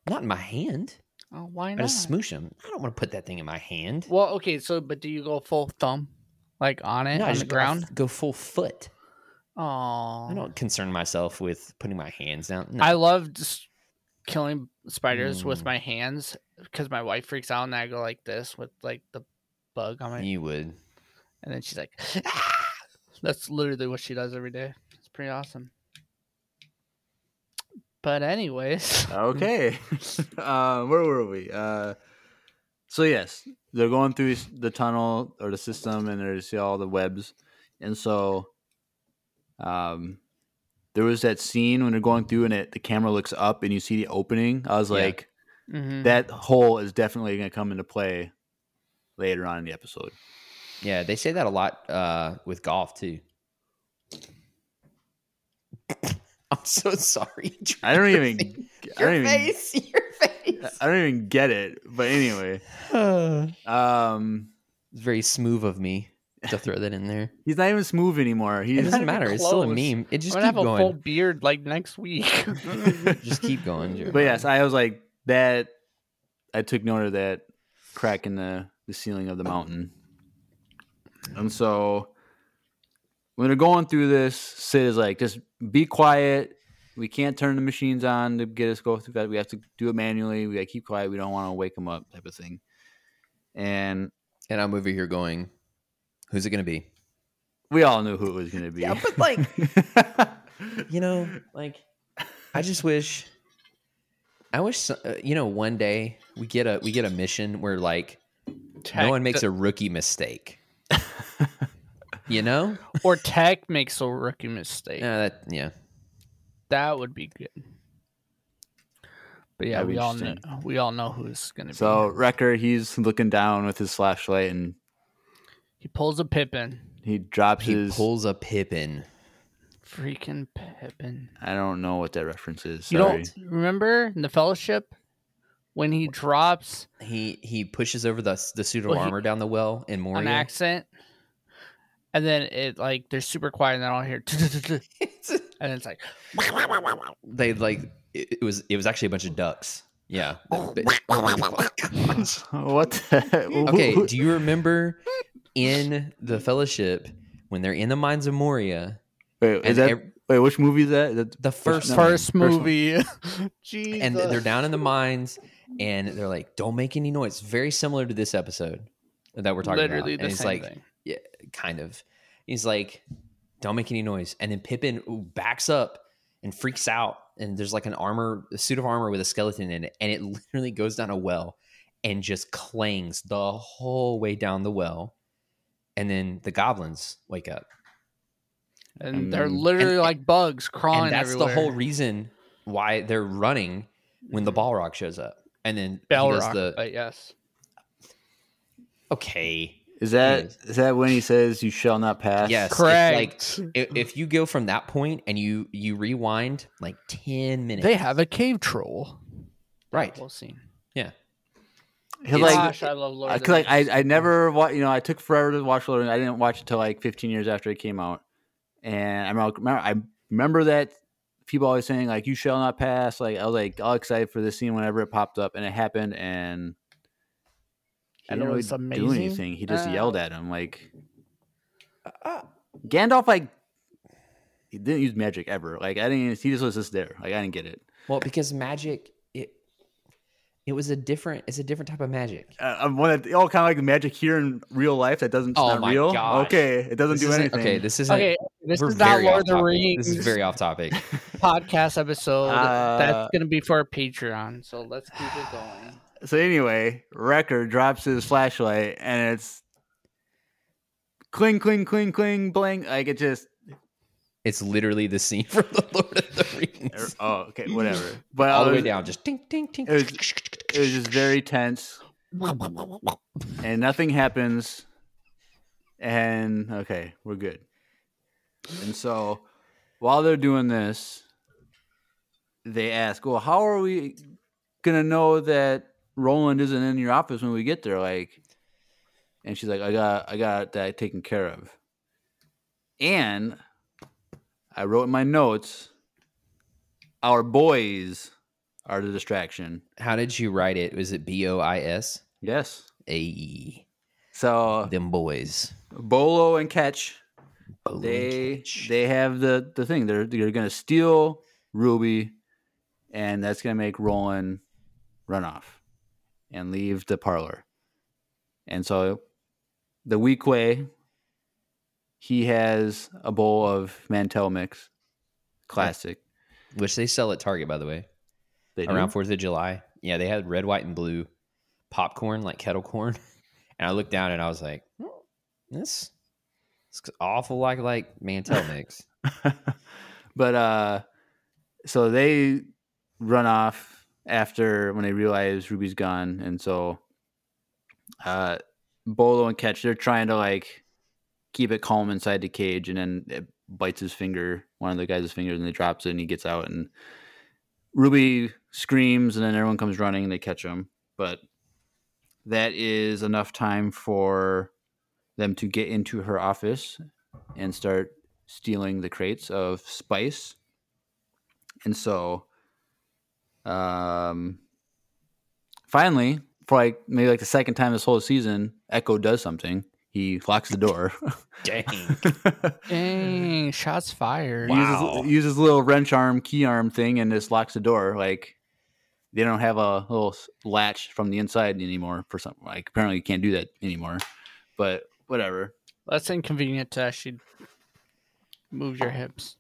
C: Not in my hand.
D: Oh, why
C: I
D: not?
C: just smoosh them. I don't want to put that thing in my hand.
D: well, okay. So, but do you go full thumb, like on it
C: No, I
D: on the
C: just go- I
D: ground?
C: f- go full foot.
D: Oh,
C: I don't concern myself with putting my hands down. No.
D: I love just killing spiders with
C: Mm.
D: my hands because my wife freaks out and I go like this with like the bug on my,
C: you would.
D: and then she's like, "Ah!" that's literally what she does every day. It's pretty awesome. But anyways,
B: okay. uh, where were we? Uh, so yes, they're going through the tunnel or the system, and they see all the webs, and so, um, there was that scene when they're going through, and it the camera looks up, and you see the opening. I was
C: Yeah.
B: like,
D: Mhm.
B: that hole is definitely going to come into play later on in the episode.
C: Yeah, they say that a lot uh, with golf too. I'm so sorry.
B: I don't
C: Your
B: even-
C: fa-
B: I don't
C: Your
B: even- Uh,
C: face. Your face.
B: I don't even get it, but anyway, uh, um,
C: it's very smooth of me to throw that in there.
B: he's not even smooth anymore.
C: It
B: He's
C: doesn't
D: even
C: matter. It's still a
D: close.
C: meme. It just
D: I'm gonna
C: keep
D: have a full
C: going.
D: beard like next week.
C: Just keep going.
B: But
C: Jeremiah.
B: yes, I was like that. I took note of that crack in the the ceiling of the mountain, and so when they're going through this, Sid is like, "Just be quiet. We can't turn the machines on to get us go through that. We have to do it manually. We gotta keep quiet. We don't want to wake them up, type of thing." And
C: and I'm over here going, who's it going to be?
B: we all knew who it was going to be.
C: Yeah, but like, you know, like I just wish I wish so- uh, you know one day we get a we get a mission where like
D: Tech
C: no one makes a rookie mistake. you know?
D: or Tech makes a rookie mistake.
C: Yeah, that yeah.
D: That would be good. But yeah,
B: That'd be
D: we all know,
B: interesting.
D: we all know who's gonna
B: so
D: be.
B: Wrecker, he's looking down with his flashlight and
D: He pulls a Pippin,
B: he drops
C: He
B: his.
C: pulls a Pippin.
D: freaking Pippin.
B: I don't know what that reference is.
D: You
B: Sorry.
D: don't remember in the Fellowship when he drops
C: He he pushes over the the suit of
D: Well, he-
C: armor down the well in
D: an
C: Moria.
D: accent, and then it like they're super quiet and then I'll hear and it's like
C: they like it, it was it was actually a bunch of ducks. Yeah.
B: What? The, who-
C: Okay,
B: who-
C: do you remember in the Fellowship when they're in the mines of Moria?
B: wait, is
C: and
B: that,
C: ev-
B: wait, which movie is that? That-
C: The first,
B: No.
D: first
B: one.
D: movie, Jesus.
C: and they're down in the mines, and they're like, "Don't make any noise." Very similar to this episode that we're talking
D: literally
C: about.
D: the
C: and he's
D: same
C: like,
D: thing.
C: "Yeah, kind of." He's like, "Don't make any noise," and then Pippin ooh, backs up and freaks out, and there's like an armor, a suit of armor with a skeleton in it, and it literally goes down a well and just clangs the whole way down the well, and then the goblins wake up.
D: and they're
B: Mm.
D: literally
C: um, And-
D: like bugs crawling
C: and that's
D: everywhere.
C: the whole reason why they're running when the Balrog shows up, and then he does
D: Balrog,
C: the-
D: but yes.
C: okay.
B: is that is that when he says you shall not pass?
C: Yes, it's
D: Correct.
C: like i- if you go from that point and you you rewind like ten minutes,
D: They have a cave troll.
C: right.
D: We'll see.
B: He's like,
C: It's-
D: Gosh, I love Lord.
B: I,
D: of
B: cause
D: the
B: like
D: Rings.
B: I, I never wa- you know I took forever to watch Lord. of the Rings. I didn't watch it till like 15 years after it came out, and I remember, I remember that people always saying like you shall not pass. Like I was like all excited for this scene whenever it popped up, and it happened, and he
D: And
B: didn't
D: it was
B: really do
D: amazing?
B: anything. He just
D: Uh,
B: yelled at him like Gandalf like he didn't use magic ever. Like I didn't. He just was just there. Like I didn't get it.
C: Well, because magic it it was a different it's a different type of magic.
B: Uh, I'm one that all kind of like magic here in real life that doesn't. It's
C: Oh
B: not
C: my
B: real.
C: gosh.
B: Okay, it doesn't
C: This
B: do
C: isn't-
B: anything.
C: Okay, this isn't
D: Okay, this
C: we're
D: is not
C: very
D: Lord
C: off
D: of the
C: topic.
D: Rings
C: This is very off topic.
D: podcast episode.
B: Uh,
D: That's gonna be for our Patreon. So let's keep it going.
B: So anyway, Wrecker drops his flashlight and it's cling, cling, cling, cling, bling. Like it just
C: It's literally the scene from the Lord of the Rings.
B: oh okay whatever. But
C: All
B: I
C: the way
B: was-
C: down, just ding ding ding.
B: It was, it was just very tense, and nothing happens. And okay, we're good. And so, while they're doing this, they ask, "Well, how are we gonna know that Roland isn't in your office when we get there?" Like, and she's like, "I got, I got that taken care of." And I wrote in my notes, "Our boys are the distraction."
C: How did you write it? Was it B O I S?
B: Yes.
C: A E?
B: So
C: them boys.
B: Bolo and Ketch,
C: Bolo and
B: they
C: Ketch.
B: they have the the thing. They're they're gonna steal Ruby, and that's gonna make Roland run off and leave the parlor. And so, the weak way. He has a bowl of Mantel mix, classic.
C: which they sell at Target, by the way,
B: They do.
C: around Fourth of July. Yeah, they had red, white, and blue popcorn, like kettle corn. And I looked down and I was like, "Hmm, this, this is awful like like Mantel mix.
B: but uh so they run off after when they realize Ruby's gone and so uh Bolo and Catch they're trying to like keep it calm inside the cage and then it bites his finger, one of the guys' fingers and he drops it and he gets out and Ruby screams and then everyone comes running and they catch him. But that is enough time for them to get into her office and start stealing the crates of spice. And so um finally, for like maybe like the second time this whole season, Echo does something. He locks the door.
C: Dang.
D: Dang, shots fired.
C: Wow.
B: uses uses little wrench arm, key arm thing, and just locks the door. Like they don't have a little s- latch from the inside anymore for something. Like apparently you can't do that anymore. But whatever.
D: That's inconvenient to actually move your hips.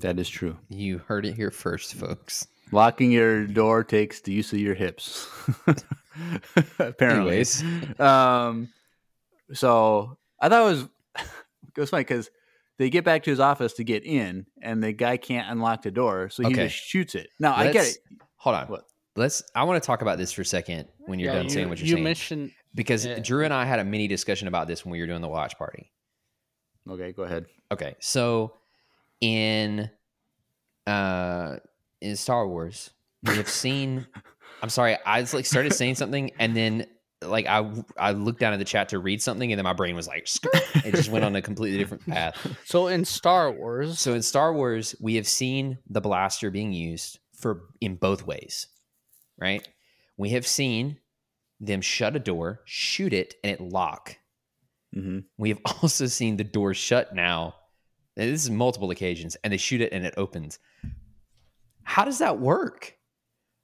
B: That is true.
C: You heard it here first, folks.
B: Locking your door takes the use of your hips. Apparently.
C: Anyways,
B: Um, so I thought it was it was funny because they get back to his office to get in, and the guy can't unlock the door, so he
C: Okay.
B: just shoots it. Now I get
C: Let's-
B: it.
C: hold on.
B: What?
C: Let's. I want to talk about this for a second when you're
D: Yeah,
C: done
D: you,
C: saying what you're
D: you
C: saying,
D: mentioned
C: because
D: yeah.
C: Drew and I had a mini discussion about this when we were doing the watch party.
B: Okay, go ahead.
C: Okay, so in uh in Star Wars, we have seen. I'm sorry, I just like started saying something, and then like I I looked down at the chat to read something, and then my brain was like, "Skirt." it just went on a completely different path.
D: so in Star Wars.
C: So in Star Wars, we have seen the blaster being used for in both ways, right? We have seen them shut a door, shoot it, and it lock.
B: Mm-hmm.
C: We have also seen the door shut now. and this is multiple occasions, and they shoot it and it opens. How does that work?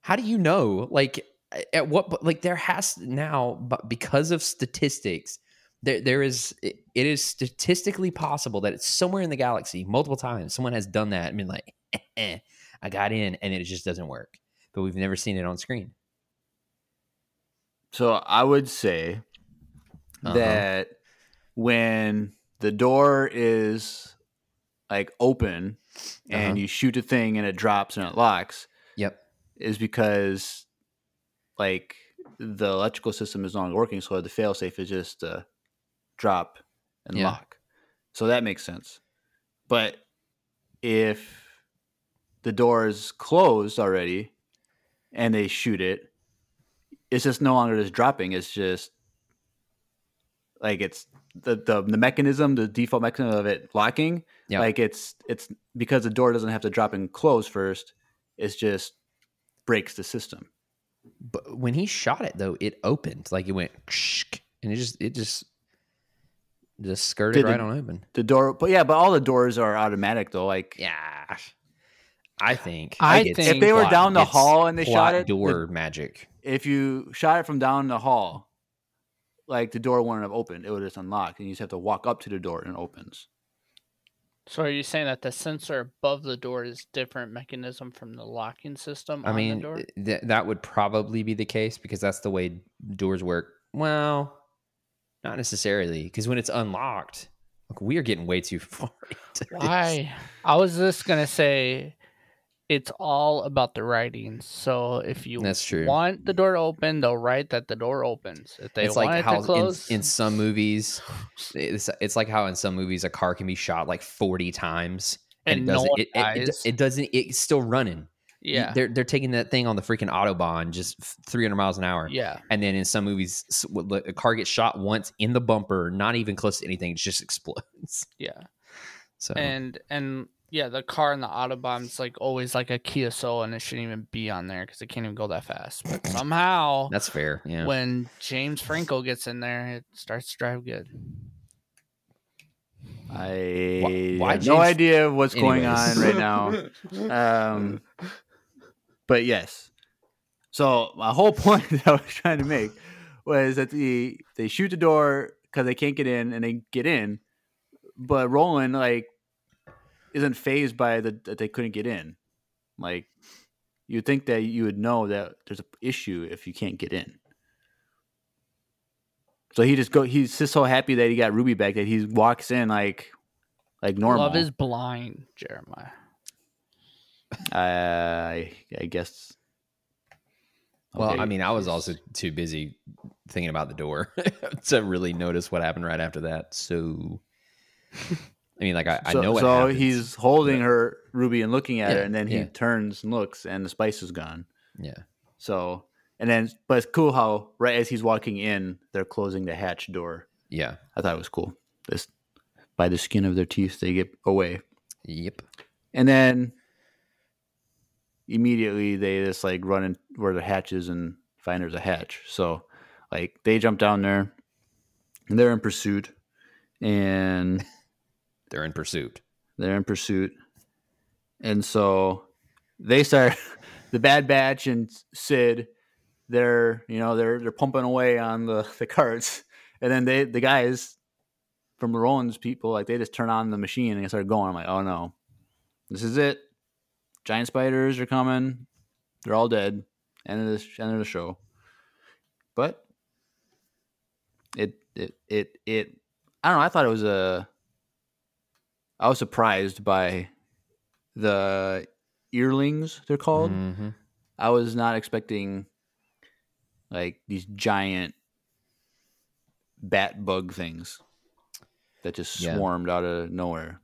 C: How do you know? Like, at what? po- Like, there has now, but because of statistics, there there is it, it is statistically possible that it's somewhere in the galaxy, multiple times, someone has done that. I mean, like, eh, I got in, and it just doesn't work. But we've never seen it on screen.
B: So I would say
C: Uh-huh.
B: that when the door is like open and
C: Uh-huh.
B: you shoot a thing and it drops and it locks
C: Yep.
B: is because like the electrical system is not working so the failsafe is just uh, drop and
C: Yeah.
B: lock so that makes sense but if the door is closed already and they shoot it it's just no longer just dropping it's just like it's the, the, the mechanism the default mechanism of it locking
C: Yeah.
B: like it's it's because the door doesn't have to drop and close first it's just breaks the system
C: but when he shot it though it opened like it went kshk, and it just it just Just skirt
B: Did
C: it right
B: the-
C: on open.
B: The door, but yeah, but all the doors are automatic though. Like,
C: Yeah. I think.
D: I
C: it's
D: think- If they
B: were
C: plot-
B: down the
C: it's
B: hall and they shot
C: plot
B: it, the-
C: door magic.
B: if you shot it from down the hall, like the door wouldn't have opened. It would just unlock, and you just have to walk up to the door and it opens.
D: So are you saying that the sensor above the door is different mechanism from the locking system?
C: I
D: on
C: mean,
D: the door?
C: th- th- that would probably be the case because that's the way doors work. Well, not necessarily because when it's unlocked, look, we are getting way too far. into this.
D: Why? I was just gonna say, it's all about the writing. So if you
C: That's true.
D: want the door to open, they'll write that the door opens. If they
C: it's
D: want
C: like
D: it
C: how
D: to
C: in-
D: close,
C: in, some movies, it's, it's like how in some movies a car can be shot like forty times
D: and, no
C: doesn't.
D: one
C: it, it, it,
D: dies.
C: it doesn't. It's still running. You-
D: yeah,
C: they're they're taking that thing on the freaking autobahn just three hundred miles an hour.
D: yeah.
C: And then in some movies, s- what- like, a car gets shot once in the bumper, not even close to anything, it just explodes.
D: Yeah.
C: So
D: And and yeah, the car in the autobahn's like always like a Kia Soul, and it shouldn't even be on there because it can't even go that fast. But somehow,
C: that's fair. Yeah.
D: when James Franco gets in there, it starts to drive good.
B: I
C: Why- why
B: have no
C: James-
B: idea what's going
C: Anyways.
B: on right now. Um, but yes. So my whole point that I was trying to make was that the they shoot the door because they can't get in, and they get in, but Roland like isn't phased by the that they couldn't get in. Like you'd think that you would know that there's an issue if you can't get in. So he just go. He's just so happy that he got Ruby back that he walks in like, like normal.
D: Love is blind, Jeremiah.
B: I I guess.
C: well,
B: Okay.
C: I mean, I was also too busy thinking about the door to really notice what happened right after that. So I mean, like I, I
B: so,
C: know what
B: so
C: happens.
B: he's holding
C: but-
B: her ruby and looking at
C: Yeah,
B: her, and then he
C: yeah.
B: turns and looks, and the spice is gone.
C: yeah.
B: So and then, but it's cool how right as he's walking in, they're closing the hatch door.
C: Yeah.
B: I thought it was cool. This by the skin of their teeth, they get away,
C: Yep.
B: and then immediately they just like run in where the hatch is and find there's a hatch. So like they jump down there, and they're in pursuit, and.
C: They're in pursuit.
B: They're in pursuit. And so they start the Bad Batch and Sid, they're you know, they're they're pumping away on the, the carts. And then they the guys from Roland's people, like they just turn on the machine and they start going. I'm like, oh no. This is it. Giant spiders are coming. They're all dead. End of this end of the show. But it it it it I don't know, I thought it was a I was surprised by the earlings they're called.
C: Mhm.
B: I was not expecting like these giant bat bug things that just
C: Yeah.
B: swarmed out of nowhere.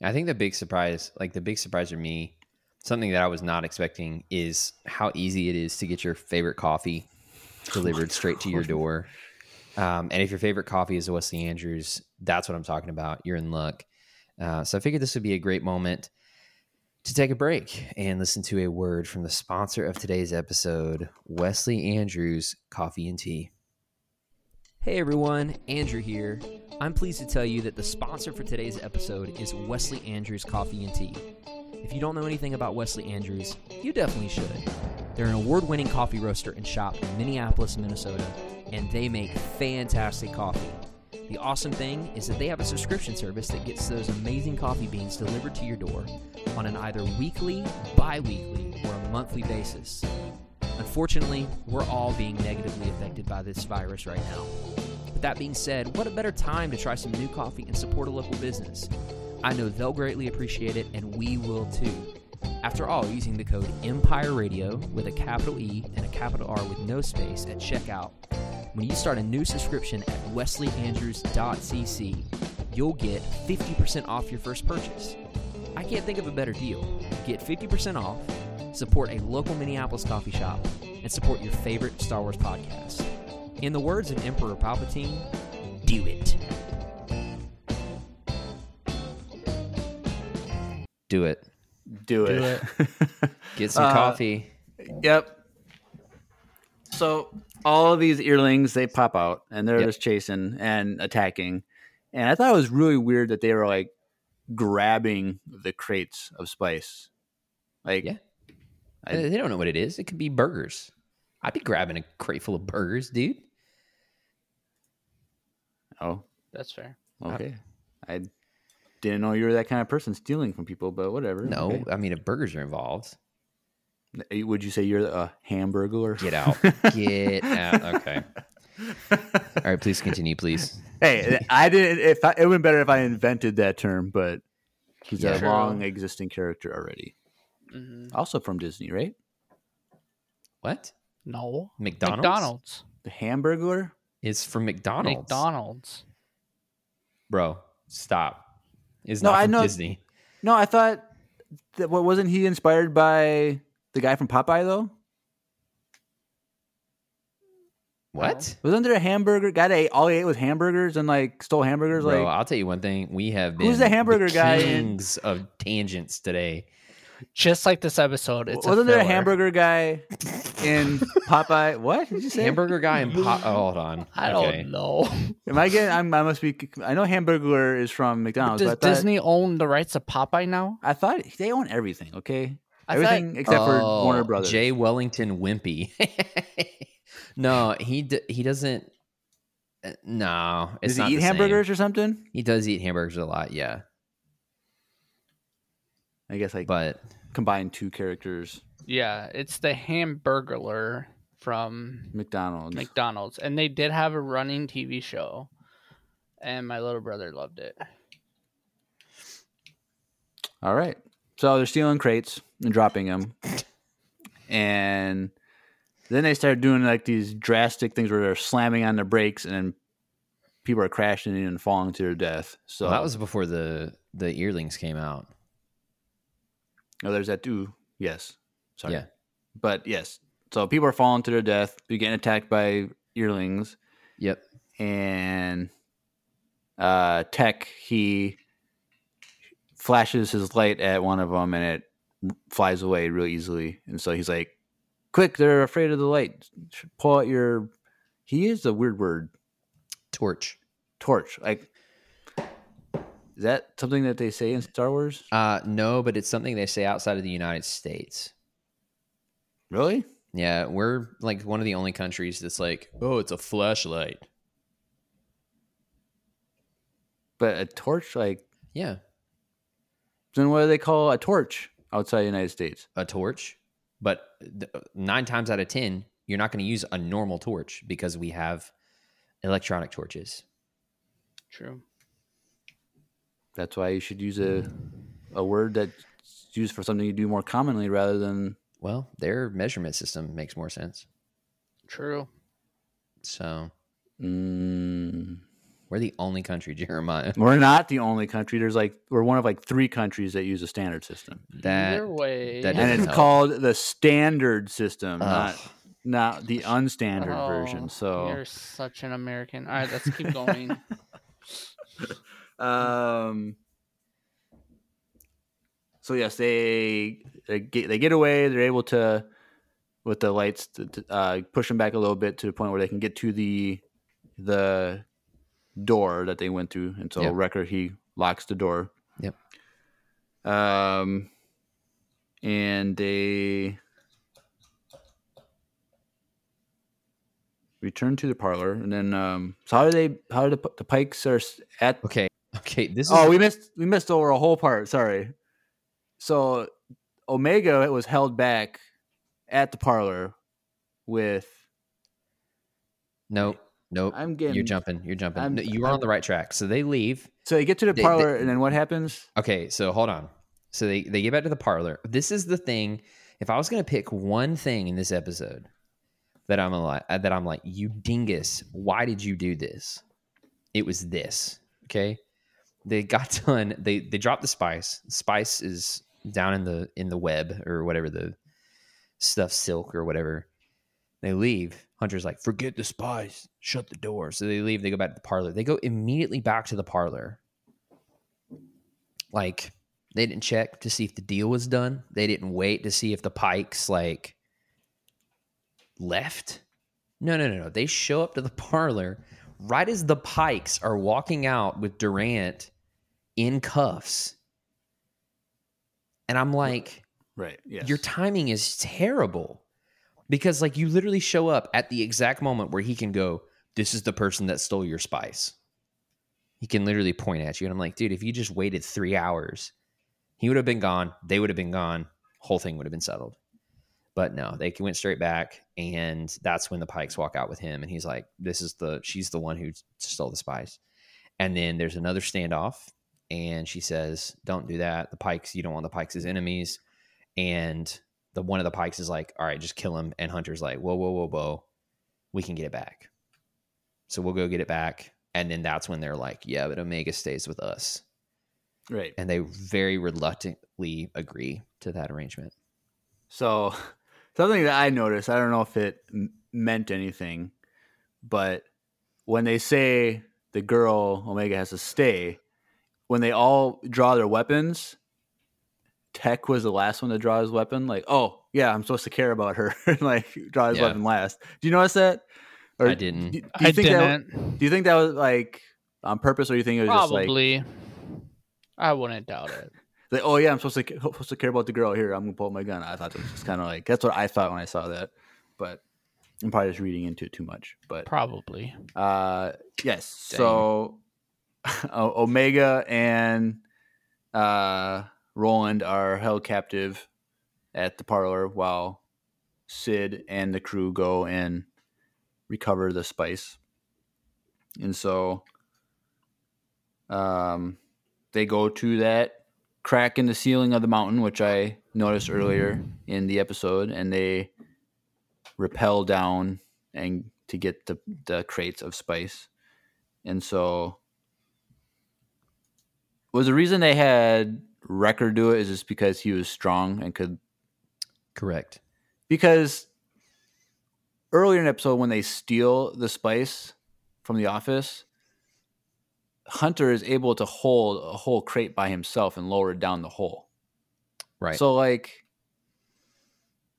C: I think the big surprise, like the big surprise for me, something that I was not expecting is how easy it is to get your favorite coffee delivered straight to your door. Um, and if your favorite coffee is Wesley Andrews, that's what I'm talking about. You're in luck. Uh, so I figured this would be a great moment to take a break and listen to a word from the sponsor of today's episode, Wesley Andrews Coffee and Tea.
E: Hey everyone, Andrew here. I'm pleased to tell you that the sponsor for today's episode is Wesley Andrews Coffee and Tea. If you don't know anything about Wesley Andrews, you definitely should. They're an award winning coffee roaster and shop in Minneapolis, Minnesota, and they make fantastic coffee. The awesome thing is that they have a subscription service that gets those amazing coffee beans delivered to your door on an either weekly, bi weekly, or a monthly basis. Unfortunately, we're all being negatively affected by this virus right now. But that being said, what a better time to try some new coffee and support a local business? I know they'll greatly appreciate it, and we will too. After all, using the code Empire Radio with a capital E and a capital R with no space at checkout, when you start a new subscription at wesleyandrews.cc, you'll get 50% off your first purchase. I can't think of a better deal. Get 50% off, support a local Minneapolis coffee shop, and support your favorite Star Wars podcast. In the words of Emperor Palpatine, do it.
C: Do it.
B: Do it.
C: Get some
B: Uh,
C: coffee.
B: yep. So all of these earlings they pop out and they're
C: Yep.
B: just chasing and attacking. And I thought it was really weird that they were like grabbing the crates of spice. Like,
C: Yeah.
B: I-
C: they don't know what it is. It could be burgers. I'd be grabbing a crate full of burgers, dude.
B: oh,
D: That's fair.
C: Uh,
B: okay. I didn't know you were that kind of person stealing from people, but whatever.
C: No,
B: okay.
C: I mean if burgers are involved,
B: Eh, Would you say you're a hamburglar?
C: get out, get out. Okay. All right, please continue, please.
B: Hey, I didn't. If I, it would have been better if I invented that term, but he's
C: Yeah.
B: a
D: True.
B: long existing character already.
D: Mhm.
B: Also from Disney, right?
C: What?
D: No.
C: McDonald's?
D: McDonald's.
B: The Hamburglar.
C: It's from McDonald's.
D: McDonald's.
C: Bro, stop. It's
B: No,
C: not
B: I
C: from
B: know-
C: Disney.
B: No, I thought that. What wasn't he inspired by the guy from Popeye though?
C: What?
B: Wasn't there a hamburger guy that ate, all he ate was hamburgers and like stole hamburgers?
C: Bro,
B: like
C: I'll tell you one thing. We have been
B: Who's the hamburger guy in-
C: kings of tangents today.
D: Just like this episode, it's
B: wasn't there a
D: filler.
B: hamburger guy in Popeye? What did you say?
C: Hamburger guy and pop. Oh, hold on.
D: I don't
C: Okay.
D: know.
B: Am I getting? I'm, I must be. I know hamburglar is from McDonald's.
D: Does
B: but I thought,
D: Disney own the rights to Popeye now?
B: I thought they own everything. Okay,
D: I thought-
B: everything except for
C: Oh,
B: Warner Brothers.
C: Jay Wellington Wimpy. no, he d- he doesn't. uh, No, it's
B: Does
C: not
B: he eat
C: the same.
B: hamburgers or something?
C: He does eat hamburgers a lot, yeah.
B: I guess like
C: But
B: combine two characters,
D: Yeah, it's the Hamburglar from
B: McDonald's.
D: McDonald's, and they did have a running TV show, and my little brother loved it.
B: All right. So they're stealing crates and dropping them. and then they start doing like these drastic things where they're slamming on the brakes and then people are crashing in and falling to their death. So
C: well, that was before the the earlings came out.
B: oh, there's that too. Yes. Sorry.
C: Yeah.
B: But yes. So people are falling to their death. They're getting attacked by earlings.
C: Yep.
B: and uh, Tech he flashes his light at one of them, and it flies away real easily. And so he's like, "Quick! They're afraid of the light. Pull out your." He is a weird word.
C: Torch.
B: Torch. Like, is that something that they say in Star Wars?
C: Uh no, but it's something they say outside of the United States.
B: Really?
C: Yeah, we're like one of the only countries that's like, oh, it's a flashlight.
B: But a torch, like,
C: Yeah,
B: then what do they call a torch outside the United States?
C: a torch. But th- nine times out of ten, you're not going to use a normal torch because we have electronic torches.
D: True.
B: That's why you should use a a word that's used for something you do more commonly rather than
C: Well, their measurement system makes more sense.
D: True.
C: So
B: Mm,
C: we're the only country, Jeremiah.
B: we're not the only country. There's like we're one of like three countries that use a standard system,
C: That
D: Either way,
C: that
B: and
C: doesn't
B: it's
C: help.
B: called the standard system,
C: Ugh.
B: not not the unstandard
D: Oh,
B: version. So,
D: you're such an American. All right, let's keep going.
B: um, so yes, they they get, they get away. They're able to with the lights to, to, uh, push them back a little bit to the point where they can get to the the door that they went through, and so
C: Yep.
B: Wrecker he locks the door.
C: Yep.
B: Um, and they return to the parlor, and then um, so how do they? How do the, the Pikes are s- at?
C: okay. Okay, this is
B: Oh, we missed we missed over a whole part. Sorry. So Omega was held back at the parlor with.
C: nope, nope.
B: I'm getting.
C: you're jumping. You're jumping.
B: I'm-
C: No, you are on the right track. So they leave.
B: So they get to the
C: They- they-
B: parlor, and then what happens?
C: Okay, so hold on. So they, they get back to the parlor. This is the thing. If I was going to pick one thing in this episode that I'm like that I'm like, you dingus, why did you do this? It was this. Okay, they got done. They they dropped the spice. Spice is down in the in the web or whatever the stuff silk or whatever. They leave. Hunter's like, forget the spice. Shut the door. So they leave. They go back to the parlor. They go immediately back to the parlor like they didn't check to see if the deal was done. They didn't wait to see if the Pikes like left. No, no, no, no. They show up to the parlor right as the Pikes are walking out with Durant in cuffs. And I'm like,
B: Right. Yes.
C: your timing is terrible because, like, you literally show up at the exact moment where he can go, This is the person that stole your spice. He can literally point at you. And I'm like, dude, if you just waited three hours, he would have been gone. They would have been gone. Whole thing would have been settled. But no, they went straight back. And that's when the Pikes walk out with him. And he's like, This is the, she's the one who stole the spice. And then there's another standoff. And she says, Don't do that. The Pikes, you don't want the Pikes as enemies. And the one of the Pikes is like, All right, just kill him. And Hunter's like, Whoa, whoa, whoa, whoa. We can get it back. So we'll go get it back. And then that's when they're like, Yeah, but Omega stays with us.
B: right.
C: And they very reluctantly agree to that arrangement.
B: So something that I noticed, I don't know if it m- meant anything, but when they say the girl Omega has to stay, when they all draw their weapons, Tech was the last one to draw his weapon. Like, oh yeah, I'm supposed to care about her. and like draw his
C: Yeah.
B: weapon last. Do you notice that? Or
C: I didn't.
B: Do, do you
D: I
B: think that?
D: didn't.
B: Do you think that was like on purpose, or do you think it was just like,
D: Probably. I wouldn't doubt it.
B: like, oh yeah, I'm supposed to ca- supposed to care about the girl here. I'm gonna pull out my gun. I thought that was just kind of like that's what I thought when I saw that, but I'm probably just reading into it too much. But
D: Probably.
B: uh, yes, so O- Omega and uh, Roland are held captive at the parlor while Sid and the crew go and recover the spice, and so um, they go to that crack in the ceiling of the mountain, which I noticed earlier in the episode, and they rappel down and to get the, the crates of spice. And so was the reason they had Wrecker do it is just because he was strong and could
C: Correct.
B: because earlier in the episode when they steal the spice from the office hunter is able to hold a whole crate by himself and lower it down the hole
C: Right.
B: so like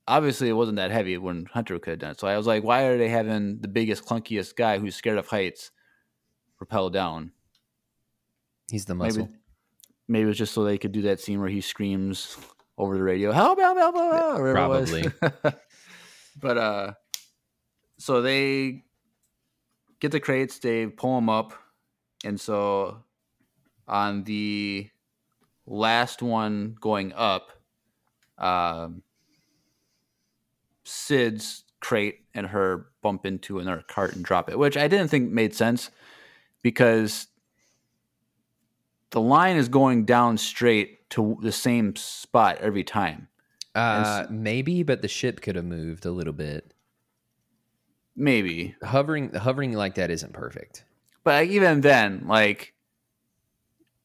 B: obviously it wasn't that heavy when hunter could have done it so i was like why are they having the biggest clunkiest guy who's scared of heights rappel down
C: He's the muscle.
B: Maybe, maybe it was just so they could do that scene where he screams over the radio, "Help! Help! Help!" help," or whatever it was. but uh, so they get the crates, they pull them up, and so on the last one going up, um, Sid's crate and her bump into another cart and drop it, which I didn't think made sense because the line is going down straight to the same spot every time.
C: Uh, maybe, but the ship could have moved a little bit.
B: Maybe,
C: Hovering, hovering like that isn't perfect.
B: but even then, like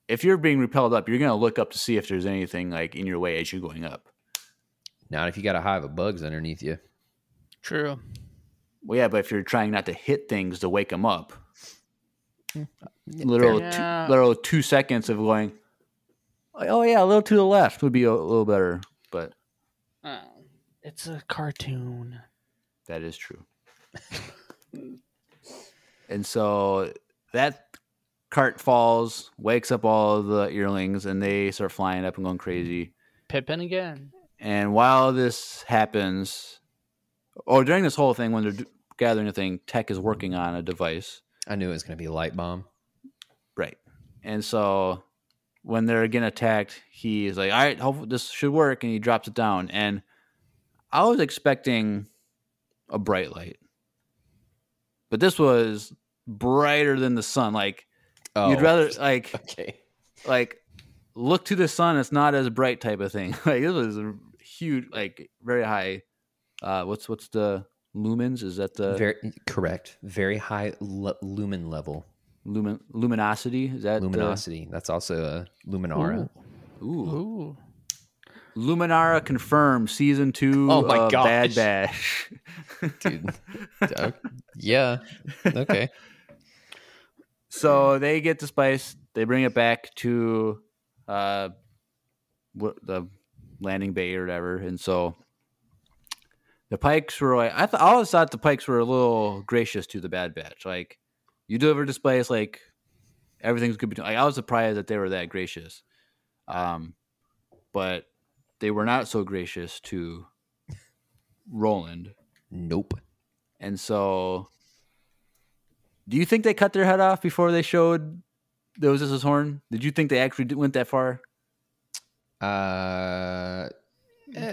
B: if you're being repelled up, you're gonna look up to see if there's anything like in your way as you're going up.
C: Not if you got a hive of bugs underneath you.
D: True.
B: Well, yeah, but if you're trying not to hit things to wake them up, literal,
D: fair.
B: two,
D: Yeah.
B: literal two seconds of going. Oh yeah, a little to the left would be a little better, but
D: Oh, it's a cartoon.
B: That is true. and so that cart falls, wakes up all the earlings, and they start flying up and going crazy.
D: Pippin again.
B: And while this happens, or during this whole thing, when they're d- gathering the thing, Tech is working on a device.
C: I knew it was going to be a light bomb.
B: Right. And so when they're again attacked, he is like, all right, hopefully this should work. And he drops it down. And I was expecting a bright light, but this was brighter than the sun. Like,
C: Oh,
B: you'd rather, like,
C: Okay.
B: like, look to the sun. It's not as bright type of thing. Like, this was a huge, like, very high. Uh, what's, what's the lumens? Is that the
C: Very
D: Uh,
C: correct. Very high lu- lumen level.
B: lumen, luminosity? Is
D: uh,
B: that the-
C: Luminosity. That's also a luminara.
B: ooh.
D: Ooh.
B: Luminara confirmed season two.
C: Oh my
B: of
C: gosh.
B: Bad Bash.
C: Dude. Uh, yeah. Okay.
B: So they get the spice. They bring it back to uh, what the landing bay or whatever, and so the Pikes were like. I, th- I always thought the Pikes were a little gracious to the Bad Batch. Like You deliver displays like everything's good between. Like, I was surprised that they were that gracious, um, but they were not so gracious to Roland.
C: Nope.
B: And so, do you think they cut their head off before they showed there was this is horn? Did you think they actually did- went that far?
C: Uh, eh,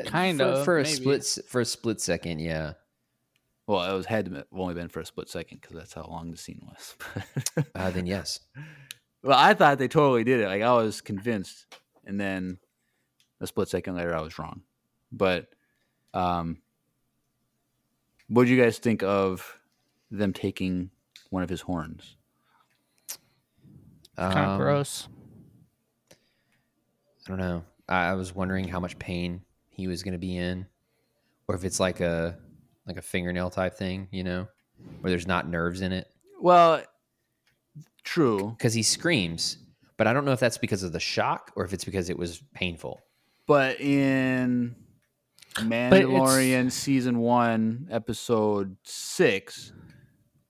D: Mm, Kind
C: for,
D: of,
C: for a
D: maybe.
C: split s- for a split second. Yeah.
B: Well, it was had to have only been for a split second because that's how long the scene was.
C: Uh, then yes.
B: well, I thought they totally did it. Like I was convinced, and then a split second later, I was wrong. But, um, what do you guys think of them taking one of his horns?
D: Kind of
C: Um,
D: gross.
C: I don't know. I, I was wondering how much pain he was going to be in, or if it's like a like a fingernail type thing, you know, where there's not nerves in it.
B: Well, true,
C: Because he screams, but I don't know if that's because of the shock or if it's because it was painful.
B: but in
D: it's-
B: Mandalorian season one, episode six,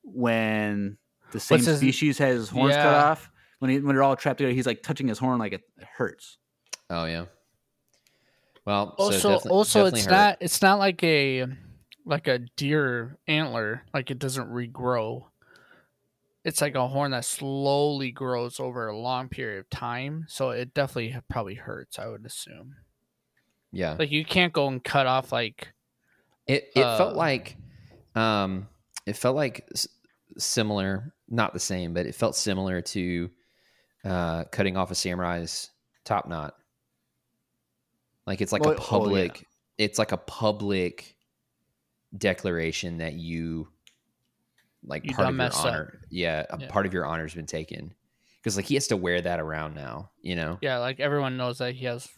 B: when the same
D: his-
B: species has his horns cut
D: Yeah.
B: off, when he, when they're all trapped together, he's like touching his horn like it, it hurts.
C: Oh yeah. Well, so
D: Also,
C: definitely-
D: also,
C: definitely
D: it's
C: hurt.
D: not it's not like a like a deer antler. Like it doesn't regrow. It's like a horn that slowly grows over a long period of time. So it definitely probably hurts. I would assume.
C: Yeah.
D: Like you can't go and cut off like
C: It it felt
D: Uh,
C: like, um, it felt like s- similar, not the same, but it felt similar to uh, cutting off a samurai's top knot. Like it's like
B: Well,
C: a
B: oh, yeah.
C: public, it's like a public declaration that you, like
D: You
C: part
D: done
C: of your
D: messed up.
C: honor, yeah, a
D: Yeah.
C: part of your honor's been taken, because like he has to wear that around now, you know.
D: yeah, like everyone knows that he has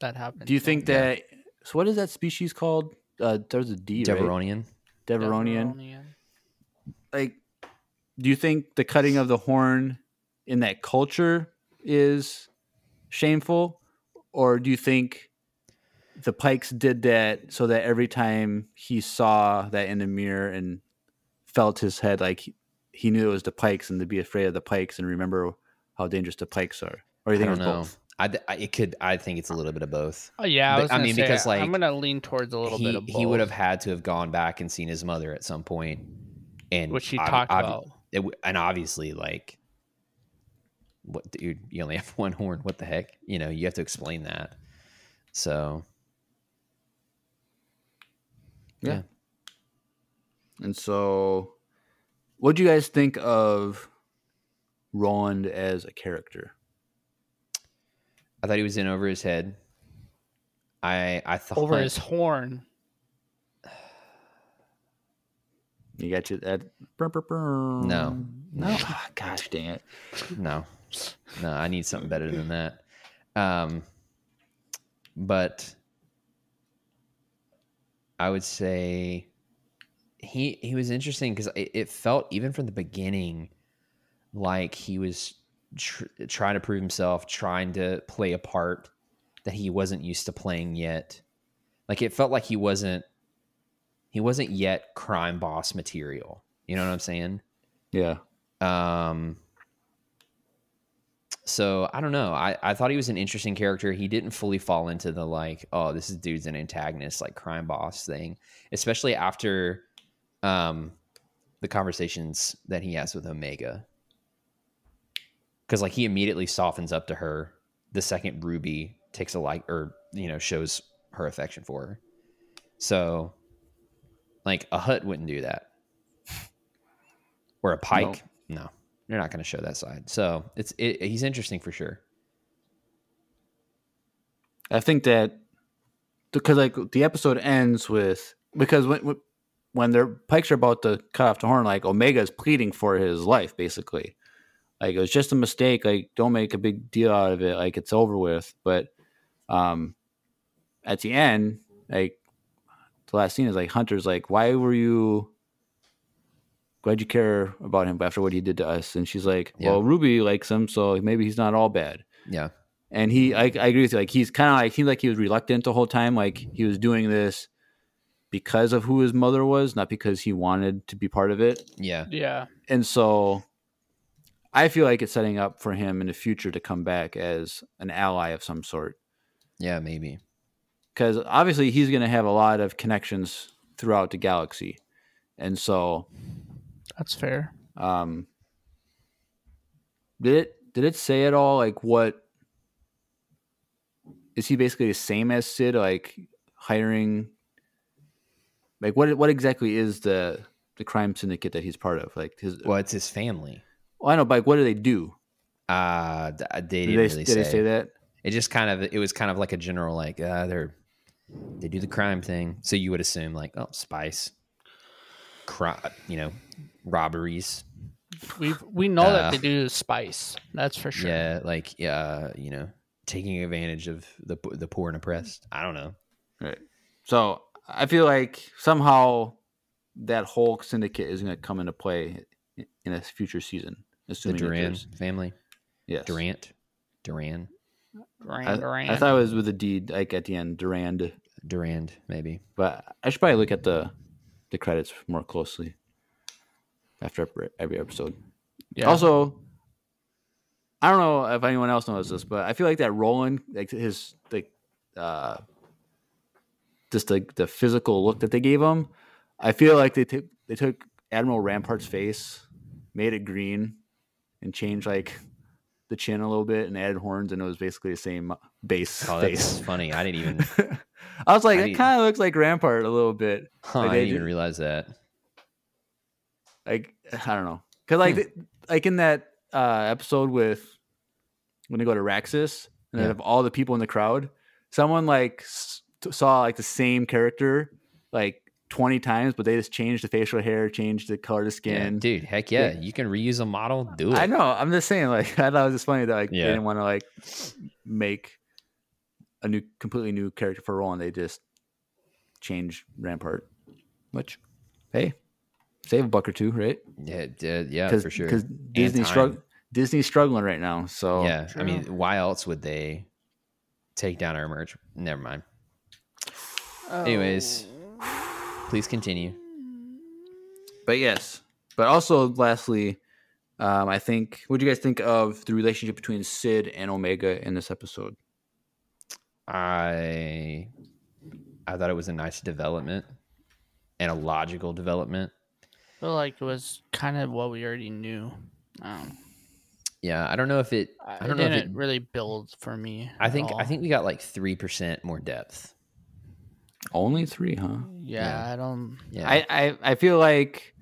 D: that happened.
B: Do you
D: to
B: think
D: him.
B: that? So what is that species called? Uh, there's a D, right?
C: Deveronian.
B: Deveronian. Like, do you think the cutting of the horn in that culture is shameful, or do you think the Pikes did that so that every time he saw that in the mirror and felt his head, like he, he knew it was the Pikes and to be afraid of the Pikes and remember how dangerous the Pikes are, or do you think
C: I
B: it was
C: don't know.
B: both?
C: I, th- I it could. I think it's a little bit of both.
D: Oh, yeah, I,
C: But,
D: was
C: I
D: gonna
C: mean,
D: say,
C: because, like,
D: I'm gonna lean towards a little
C: he,
D: bit of both,
C: he would have had to have gone back and seen his mother at some point, and
D: which he
C: ob-
D: talked
C: ob-
D: about.
C: it w- and obviously, like, what dude? You only have one horn. What the heck? You know, you have to explain that. So Yeah.
B: And so, what do you guys think of Roland as a character?
C: I thought he was in over his head. I I thought
D: over his horn.
B: You got you that? No, Ah,
C: no.
B: gosh dang it!
C: No, no, I need something better than that. Um, but I would say he he was interesting because it, it felt even from the beginning like he was tr- trying to prove himself, trying to play a part that he wasn't used to playing yet. Like it felt like he wasn't he wasn't yet crime boss material. You know what I'm saying?
B: Yeah,
C: Um, so I don't know. I, I thought he was an interesting character. He didn't fully fall into the like, oh, this is dude's an antagonist, like crime boss thing, especially after um the conversations that he has with Omega. Cause like he immediately softens up to her the second Ruby takes a like or you know, shows her affection for her. So like a hut wouldn't do that. Or a pike. No. You're not gonna show that side. So it's it, he's interesting for sure.
B: I think that because like the episode ends with because when when- when their pikes are about to cut off the horn, like Omega is pleading for his life, basically. Like it was just a mistake. Like don't make a big deal out of it. Like it's over with. But um, at the end, like the last scene is like Hunter's like, why were you? Glad you care about him after what he did to us. And she's like,
C: Yeah.
B: well, Ruby likes him, so maybe he's not all bad
C: Yeah.
B: and he I, I agree with you like he's kind of like seemed like he was reluctant the whole time like he was doing this because of who his mother was not because he wanted to be part of it
C: Yeah.
D: Yeah,
B: and so I feel like it's setting up for him in the future to come back as an ally of some sort.
C: Yeah, maybe.
B: because obviously he's going to have a lot of connections throughout the galaxy, and so
D: That's fair.
B: um, did it did it say at all like what is he basically the same as Sid like hiring like what what exactly is the the crime syndicate that he's part of like his
C: Well, it's his family.
B: well, I know but like what do they do
C: Uh, d- they didn't
B: did, they,
C: really
B: did
C: say.
B: they say that
C: It just kind of it was kind of like a general like uh, they're they do the crime thing, so you would assume like oh spice, cri- you know, robberies.
D: We we know that
C: Uh,
D: they do spice. That's for sure.
C: Yeah, like uh, you know, taking advantage of the p- the poor and oppressed. I don't know.
B: Right. So I feel like somehow that whole syndicate is going to come into play i- in a future season,
C: The
B: assuming that
C: Duran
B: there's-
C: family,
B: Yes.
C: Durant, Duran,
B: I,
D: Duran, Duran.
B: I thought it was with a D like at the end, Durand.
C: Durand, maybe.
B: But I should probably look at the the credits more closely after ep- every episode.
D: yeah.
B: Also, I don't know if anyone else knows this, but I feel like that Roland, like his like uh just the the physical look that they gave him, I feel like they took they took Admiral Rampart's face, made it green, and changed like the chin a little bit and added horns, and it was basically the same uh, base
C: Oh, that's
B: face.
C: funny. I didn't even.
B: I was like,
C: I
B: that
C: didn't-
B: kind of looks like Rampart a little bit.
C: Huh,
B: Like,
C: I
B: they
C: didn't even
B: did-
C: realize that.
B: like I don't know, cause like
C: Hmm.
B: th- like in that uh, episode with when they go to Raxus and out
C: Yeah.
B: of all the people in the crowd, someone like s- t- saw like the same character like twenty times, but they just changed the facial hair, changed the color of the
C: Yeah,
B: skin.
C: dude, heck yeah,
B: yeah.
C: you can reuse a model. Do it.
B: I know. I'm just saying. Like I thought it was just funny that like
C: Yeah.
B: they didn't want to like make a new, completely new character for Roland. They just changed Rampart. Which, hey, save a buck or two, right?
C: Yeah, d- yeah,
B: Cause,
C: for sure.
B: 'cause Disney
C: time.
B: strugg- Disney's struggling right now.
D: Oh,
B: So
C: yeah, I mean, why else would they take down our merch? Never mind. Anyways,
D: Oh.
C: please continue.
B: but yes. But also lastly, um, I think what do you guys think of the relationship between Sid and Omega in this episode?
C: I I thought it was a nice development and a logical development.
D: I feel like it was kind of what we already knew. Um,
C: Yeah, I don't know if it.
D: I
C: I don't know
D: Uh,
C: if
D: didn't
C: it.
D: really build for me.
C: I
D: at
C: think I
D: all.
C: think we got like three percent more depth.
B: Only three, huh?
D: Yeah, I don't.
C: Yeah,
B: I, I I feel like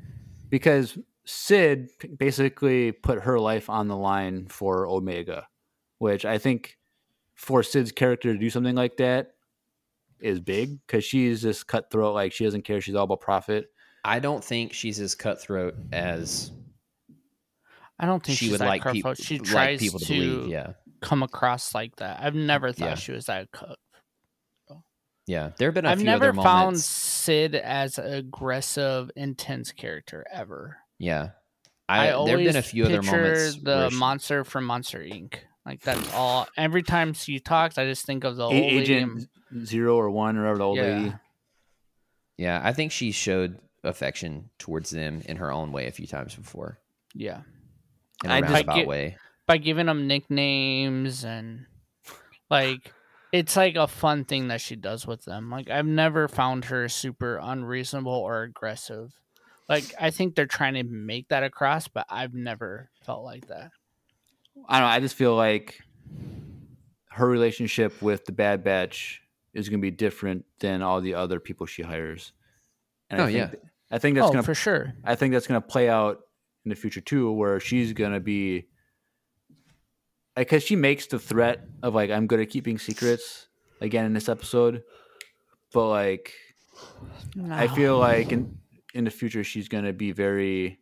B: because Sid basically put her life on the line for Omega, which I think for Sid's character to do something like that is big because she's just cutthroat. Like she doesn't care. She's all about profit.
C: I don't think she's as cutthroat as
D: I don't think
C: she
D: she's
C: would
D: that
C: like, peop-
D: cutthroat. She
C: like
D: tries
C: people to,
D: to,
C: believe. Yeah,
D: come across like that. I've never thought
C: Yeah.
D: she was that cut.
C: yeah. There have been a
D: I've
C: few
D: never
C: other
D: found
C: moments.
D: Sid as aggressive, intense character ever.
C: Yeah,
D: I,
C: I,
D: always
C: there have been a few other
D: picture
C: moments.
D: the
C: where she-
D: monster from Monster Inc. Like that's all. Every time she talks, I just think of the
B: A-
D: old
B: Agent
D: agent.
B: Zero or One or whatever the old E.
D: Yeah.
B: lady.
C: yeah, I think she showed affection towards them in her own way a few times before
D: Yeah,
C: in a
B: I just-
C: roundabout
D: Like it-
C: way.
D: by giving them nicknames and like it's like a fun thing that she does with them. Like I've never found her super unreasonable or aggressive. Like I think they're trying to make that across, but I've never felt like that.
B: I don't know. I just feel like her relationship with the Bad Batch is going to be different than all the other people she hires. And
C: Oh,
B: I think
C: yeah.
B: th- I think that's
D: oh,
B: going to
D: for sure.
B: I think that's going to play out in the future too, where she's going to be because she makes the threat of like I'm good at keeping secrets again in this episode, but like I feel like in in the future she's going to be very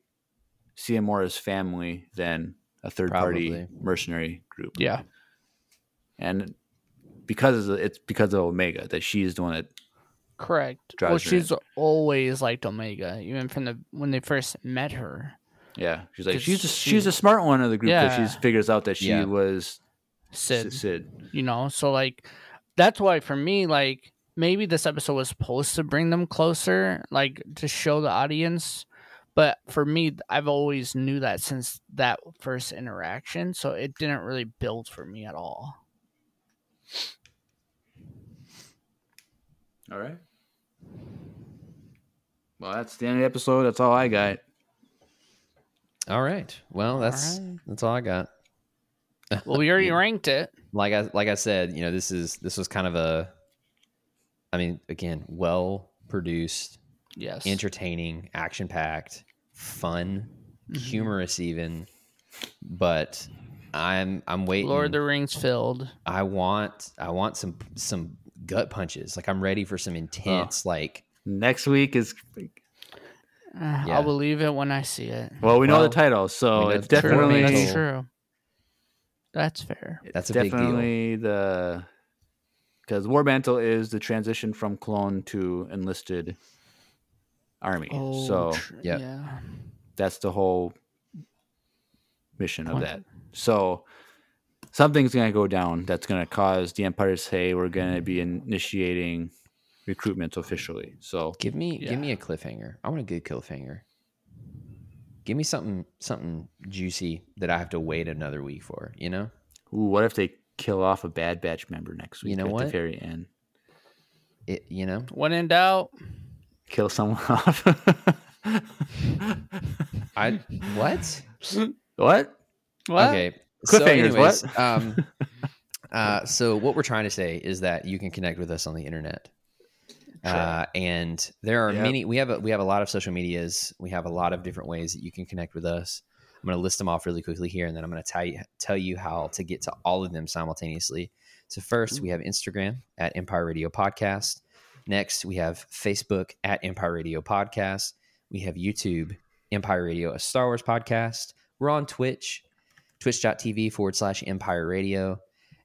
B: see him more as family than a third party
C: Probably.
B: mercenary group,
D: Yeah.
B: and because of, it's because of Omega that she's the one that
D: Correct.
B: drives
D: Well,
B: her
D: she's always liked Omega, even from the when they first met her.
B: yeah she's like
D: 'Cause
B: she's a,
D: she-
B: she's a smart one of the group that
D: Yeah.
B: she figures out that she
C: Yeah.
B: was
D: Sid,
B: Sid.
D: you know, so like that's why for me, like maybe this episode was supposed to bring them closer, like to show the audience, But for me, I've always knew that since that first interaction, so it didn't really build for me at all.
B: All right. Well, that's the end of the episode. That's all I got.
C: All right. Well, that's
D: right.
C: that's all I got.
D: Well, we already ranked it.
C: Like I like I said, you know, this is this was kind of a I mean, again, well produced,
D: Yes.
C: entertaining, action packed, fun,
D: Mhm.
C: humorous even. But I'm I'm waiting
D: Lord of the Rings filled.
C: I want I want some some gut punches. Like I'm ready for some intense like
B: Next week is
D: Uh,
C: Yeah.
D: I'll believe it when I see it.
B: well, we know
C: Well,
B: the title, so
C: we know
B: it's
C: the title.
B: definitely
D: That's
C: Definitely.
D: true. That's fair.
C: That's a big deal.
B: definitely the because War Mantle is the transition from clone to enlisted army.
D: Oh,
B: so
D: tr-
C: Yep.
D: yeah.
B: that's the whole mission of
D: Point.
B: that. So something's going to go down that's going to cause the Empire to say we're going to be initiating recruitment officially. So
C: Give me
D: Yeah.
C: give me a cliffhanger. I want a good cliffhanger. Give me something something juicy that I have to wait another week for, you know?
B: ooh, what if they kill off a Bad Batch member next
C: You
B: week
C: know
B: at
C: what?
B: the very end?
C: It you know?
D: When in doubt,
B: Kill someone off.
C: I what?
B: what?
D: what?
C: Okay.
B: Cliffhangers,
C: anyways,
B: what?
C: um uh so what we're trying to say is that you can connect with us on the internet. Uh, and there are
B: Yep.
C: many we have a, we have a lot of social medias. We have a lot of different ways that you can connect with us. I'm going to list them off really quickly here and then I'm going to tell you tell you how to get to all of them simultaneously. So first, we have Instagram at Empire Radio Podcast. Next, we have Facebook at Empire Radio Podcast. We have YouTube, Empire Radio, a Star Wars podcast. We're on Twitch, twitch.tv forward slash Empire Radio.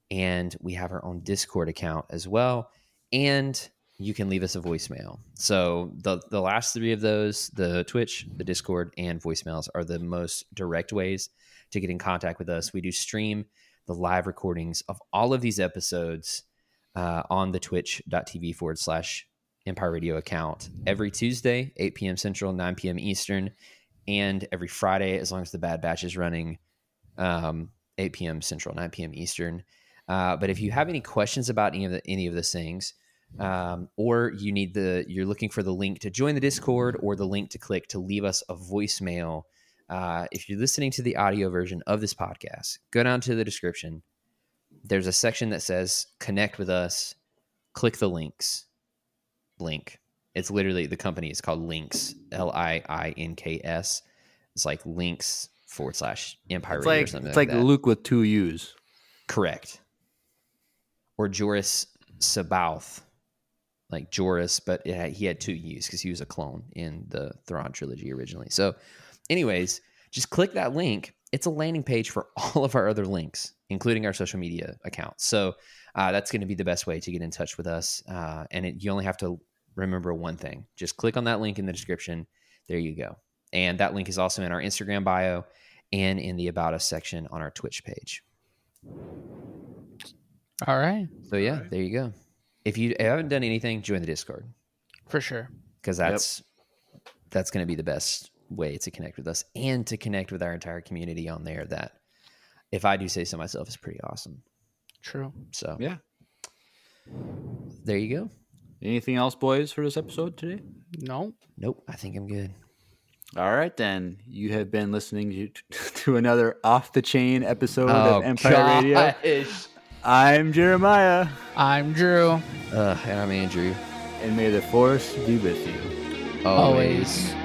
C: And we have our own Discord account as well. And you can leave us a voicemail. So the, the last three of those, the Twitch, the Discord, and voicemails are the most direct ways to get in contact with us. We do stream the live recordings of all of these episodes uh, on the twitch.tv forward slash Empire Radio account every Tuesday, 8 p.m. Central, 9 p.m. Eastern, and every Friday, as long as the Bad Batch is running, um, 8 p.m. Central, 9 p.m. Eastern. Uh, but if you have any questions about any of the, any of those things, um, or you need the you're looking for the link to join the Discord or the link to click to leave us a voicemail. Uh, if you're listening to the audio version of this podcast, go down to the description. There's a section that says connect with us. Click the links. Link. It's literally the company is called Links. L I I N K S. It's like links forward slash Empire
B: It's
C: Radio or
B: like,
C: something
B: it's like
C: that.
B: Luke with two U's.
C: Correct. Or Joris Sabouth, like Joris, but it had, he had two U's because he was a clone in the Thrawn trilogy originally. So, anyways, just click that link. It's a landing page for all of our other links, including our social media accounts. So, uh, that's going to be the best way to get in touch with us. Uh, and it, you only have to remember one thing just click on that link in the description. There you go. And that link is also in our Instagram bio and in the About Us section on our Twitch page.
D: All right.
C: So yeah, there you go. If you haven't done anything, join the Discord
D: For sure.
C: because that's that's going to be the best way to connect with us and to connect with our entire community on there. That, if I do say so myself, is pretty awesome.
D: True.
C: So
B: Yeah.
C: there you go.
B: Anything else, boys, for this episode today?
D: No.
C: Nope, I think I'm good.
B: All right, then. You have been listening to, to another off the chain episode of Empire Radio.
C: Oh, gosh.
B: I'm Jeremiah,
D: I'm Drew.
C: Uh, and I'm Andrew.
B: and may the force be with you.
C: Always.
D: Always.